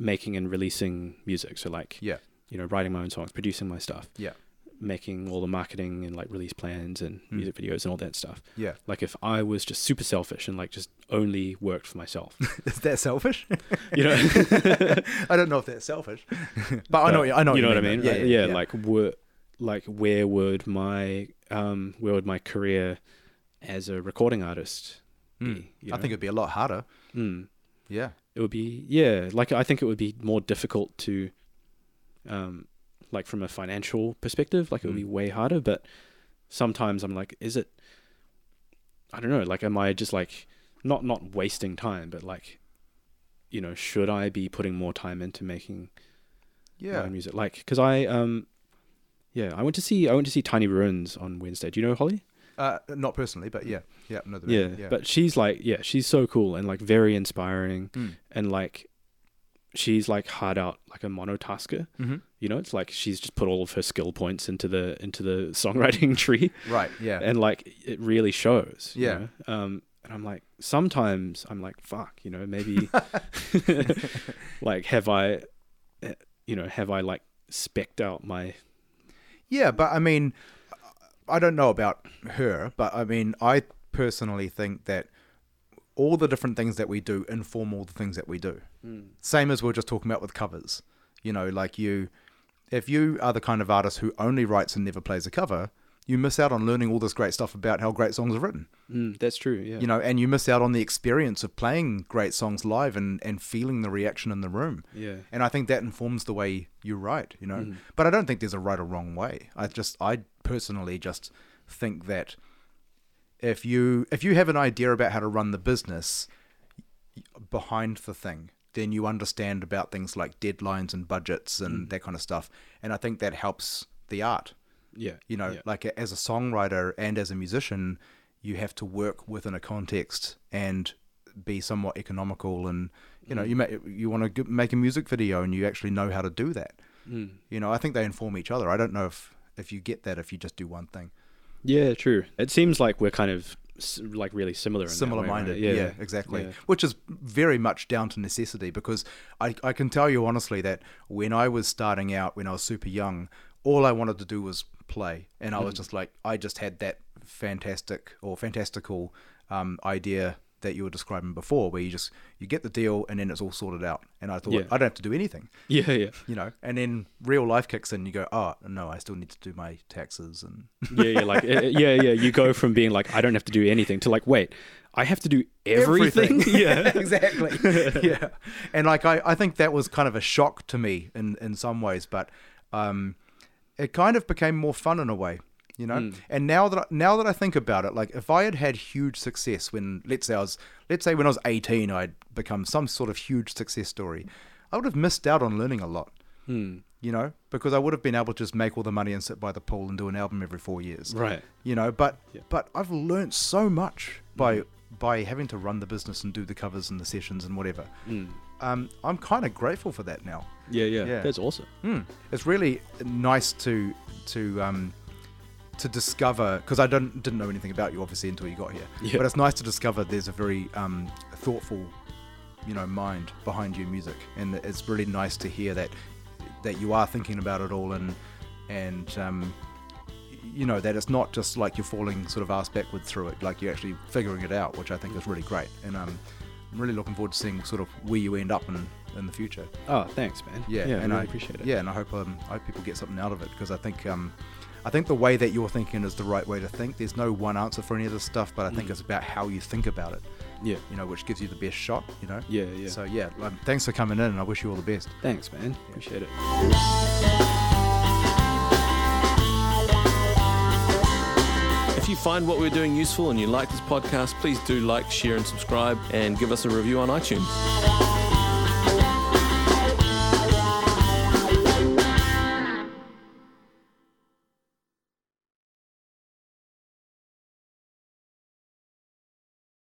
S2: making and releasing music. So like,
S1: Yeah.
S2: you know, writing my own songs, producing my stuff.
S1: Yeah.
S2: making all the marketing and like release plans and
S1: Hmm.
S2: music videos and all that stuff.
S1: Yeah.
S2: Like if I was just super selfish and like just only worked for myself,
S1: *laughs*
S2: *laughs*
S1: Is that selfish? *laughs*
S2: you know,
S1: I don't know if that's
S2: *laughs*
S1: selfish, but, I know. what you- I know.
S2: you know what I
S1: you
S2: mean?
S1: Yeah,
S2: Like,
S1: yeah, yeah.
S2: Like where, like where would my, um, where would my career as a recording artist be? you
S1: Hmm. I
S2: know?
S1: think it'd be a lot harder.
S2: Mm.
S1: Yeah.
S2: it would be, yeah. Like I think it would be more difficult to, um, like from a financial perspective, like it would be way harder, but sometimes I'm like, is it? I don't know. Like, am I just like not not wasting time, but like, you know, should I be putting more time into making my
S1: Yeah.
S2: own music? Like, because I um, yeah, I went to see I went to see Tiny Ruins on Wednesday. Do you know Holly?
S1: Uh, not personally, but yeah. Yeah. No, the
S2: Yeah, but she's like, yeah, she's so cool and like very inspiring,
S1: Mm.
S2: and like, she's like hard out like a monotasker. *laughs*
S1: Mhm.
S2: You know, it's like she's just put all of her skill points into the into the *laughs* songwriting tree.
S1: right. Yeah.
S2: and like it really shows. you
S1: Yeah.
S2: know? Um, and I'm like, sometimes I'm like, fuck, you know,
S1: *laughs*
S2: maybe *laughs* like have I, eh, you know, have I like specked out my
S1: Yeah, but I mean, I don't know about her, but I mean, I personally think that all the different things that we do inform all the things that we do. Same as we are just talking about with covers. You know, like you, if you are the kind of artist who only writes and never plays a cover, you miss out on learning all this great stuff about how great songs are written
S2: hmm, that's true. Yeah.
S1: you know, and you miss out on the experience of playing great songs live and, and feeling the reaction in the room.
S2: Yeah.
S1: And I think that informs the way you write, you know. But I don't think there's a right or wrong way. I just I personally just think that if you if you have an idea about how to run the business behind the thing, then you understand about things like deadlines and budgets and that kind of stuff. And I think that helps the art
S2: yeah.
S1: you know
S2: yeah.
S1: like as a songwriter and as a musician you have to work within a context and be somewhat economical and you know you may, you want to make a music video and you actually know how to do that you know i think they inform each other i don't know if if you get that if you just do one thing
S2: yeah, true. It seems like we're kind of s- like really similar, in that way,
S1: similar minded
S2: right?
S1: yeah, exactly which is very much down to necessity because I, I can tell you honestly that when i was starting out when i was super young all i wanted to do was play and i was just like i just had that fantastic or fantastical um, idea that you were describing before where you just you get the deal and then it's all sorted out and i thought
S2: Yeah.
S1: i don't have to do anything
S2: *laughs* Yeah, yeah,
S1: you know and then real life kicks in you go oh no i still need to do my taxes and
S2: yeah, yeah. Like, eh, eh, yeah, yeah. You go from being like, I don't have to do anything to like, wait, I have to do everything.
S1: *laughs*
S2: *laughs* yeah,
S1: exactly. yeah. And like I, I think that was kind of a shock to me in, in some ways, but um, it kind of became more fun in a way, you know.
S2: Mm.
S1: And now that I, now that I think about it, like if I had had huge success when let's say I was let's say when I was eighteen, I'd become some sort of huge success story, I would have missed out on learning a lot.
S2: Hmm.
S1: You know, because I would have been able to just make all the money and sit by the pool and do an album every four years
S2: right.
S1: you know but but i've learnt so much by by having to run the business and do the covers and the sessions and whatever um, i'm kind of grateful for that now
S2: Yeah, yeah,
S1: Yeah.
S2: That's awesome.
S1: Hmm. it's really nice to to um to discover because i don't didn't know anything about you obviously until you got here
S2: Yeah.
S1: but it's nice to discover there's a very um thoughtful you know mind behind your music and it's really nice to hear that that you are thinking about it all and and um you know that it's not just like you're falling sort of ass backward through it like you're actually figuring it out which i think is really great and um, i'm really looking forward to seeing sort of where you end up in in the future
S2: Oh, thanks, man.
S1: yeah,
S2: yeah,
S1: and
S2: I really appreciate it.
S1: Yeah, and I hope um, I hope people get something out of it because I think um, I think the way that you're thinking is the right way to think. There's no one answer for any of this stuff, but I
S2: Mm.
S1: think it's about how you think about it.
S2: yeah,
S1: You know, which gives you the best shot. You know.
S2: yeah, yeah.
S1: So yeah, um, thanks for coming in, and I wish you all the best.
S2: thanks, man. Appreciate it.
S3: La la la la la la la la la la la la la la If you find what we're doing useful and you like this podcast, please do like, share, and subscribe, and give us a review on iTunes.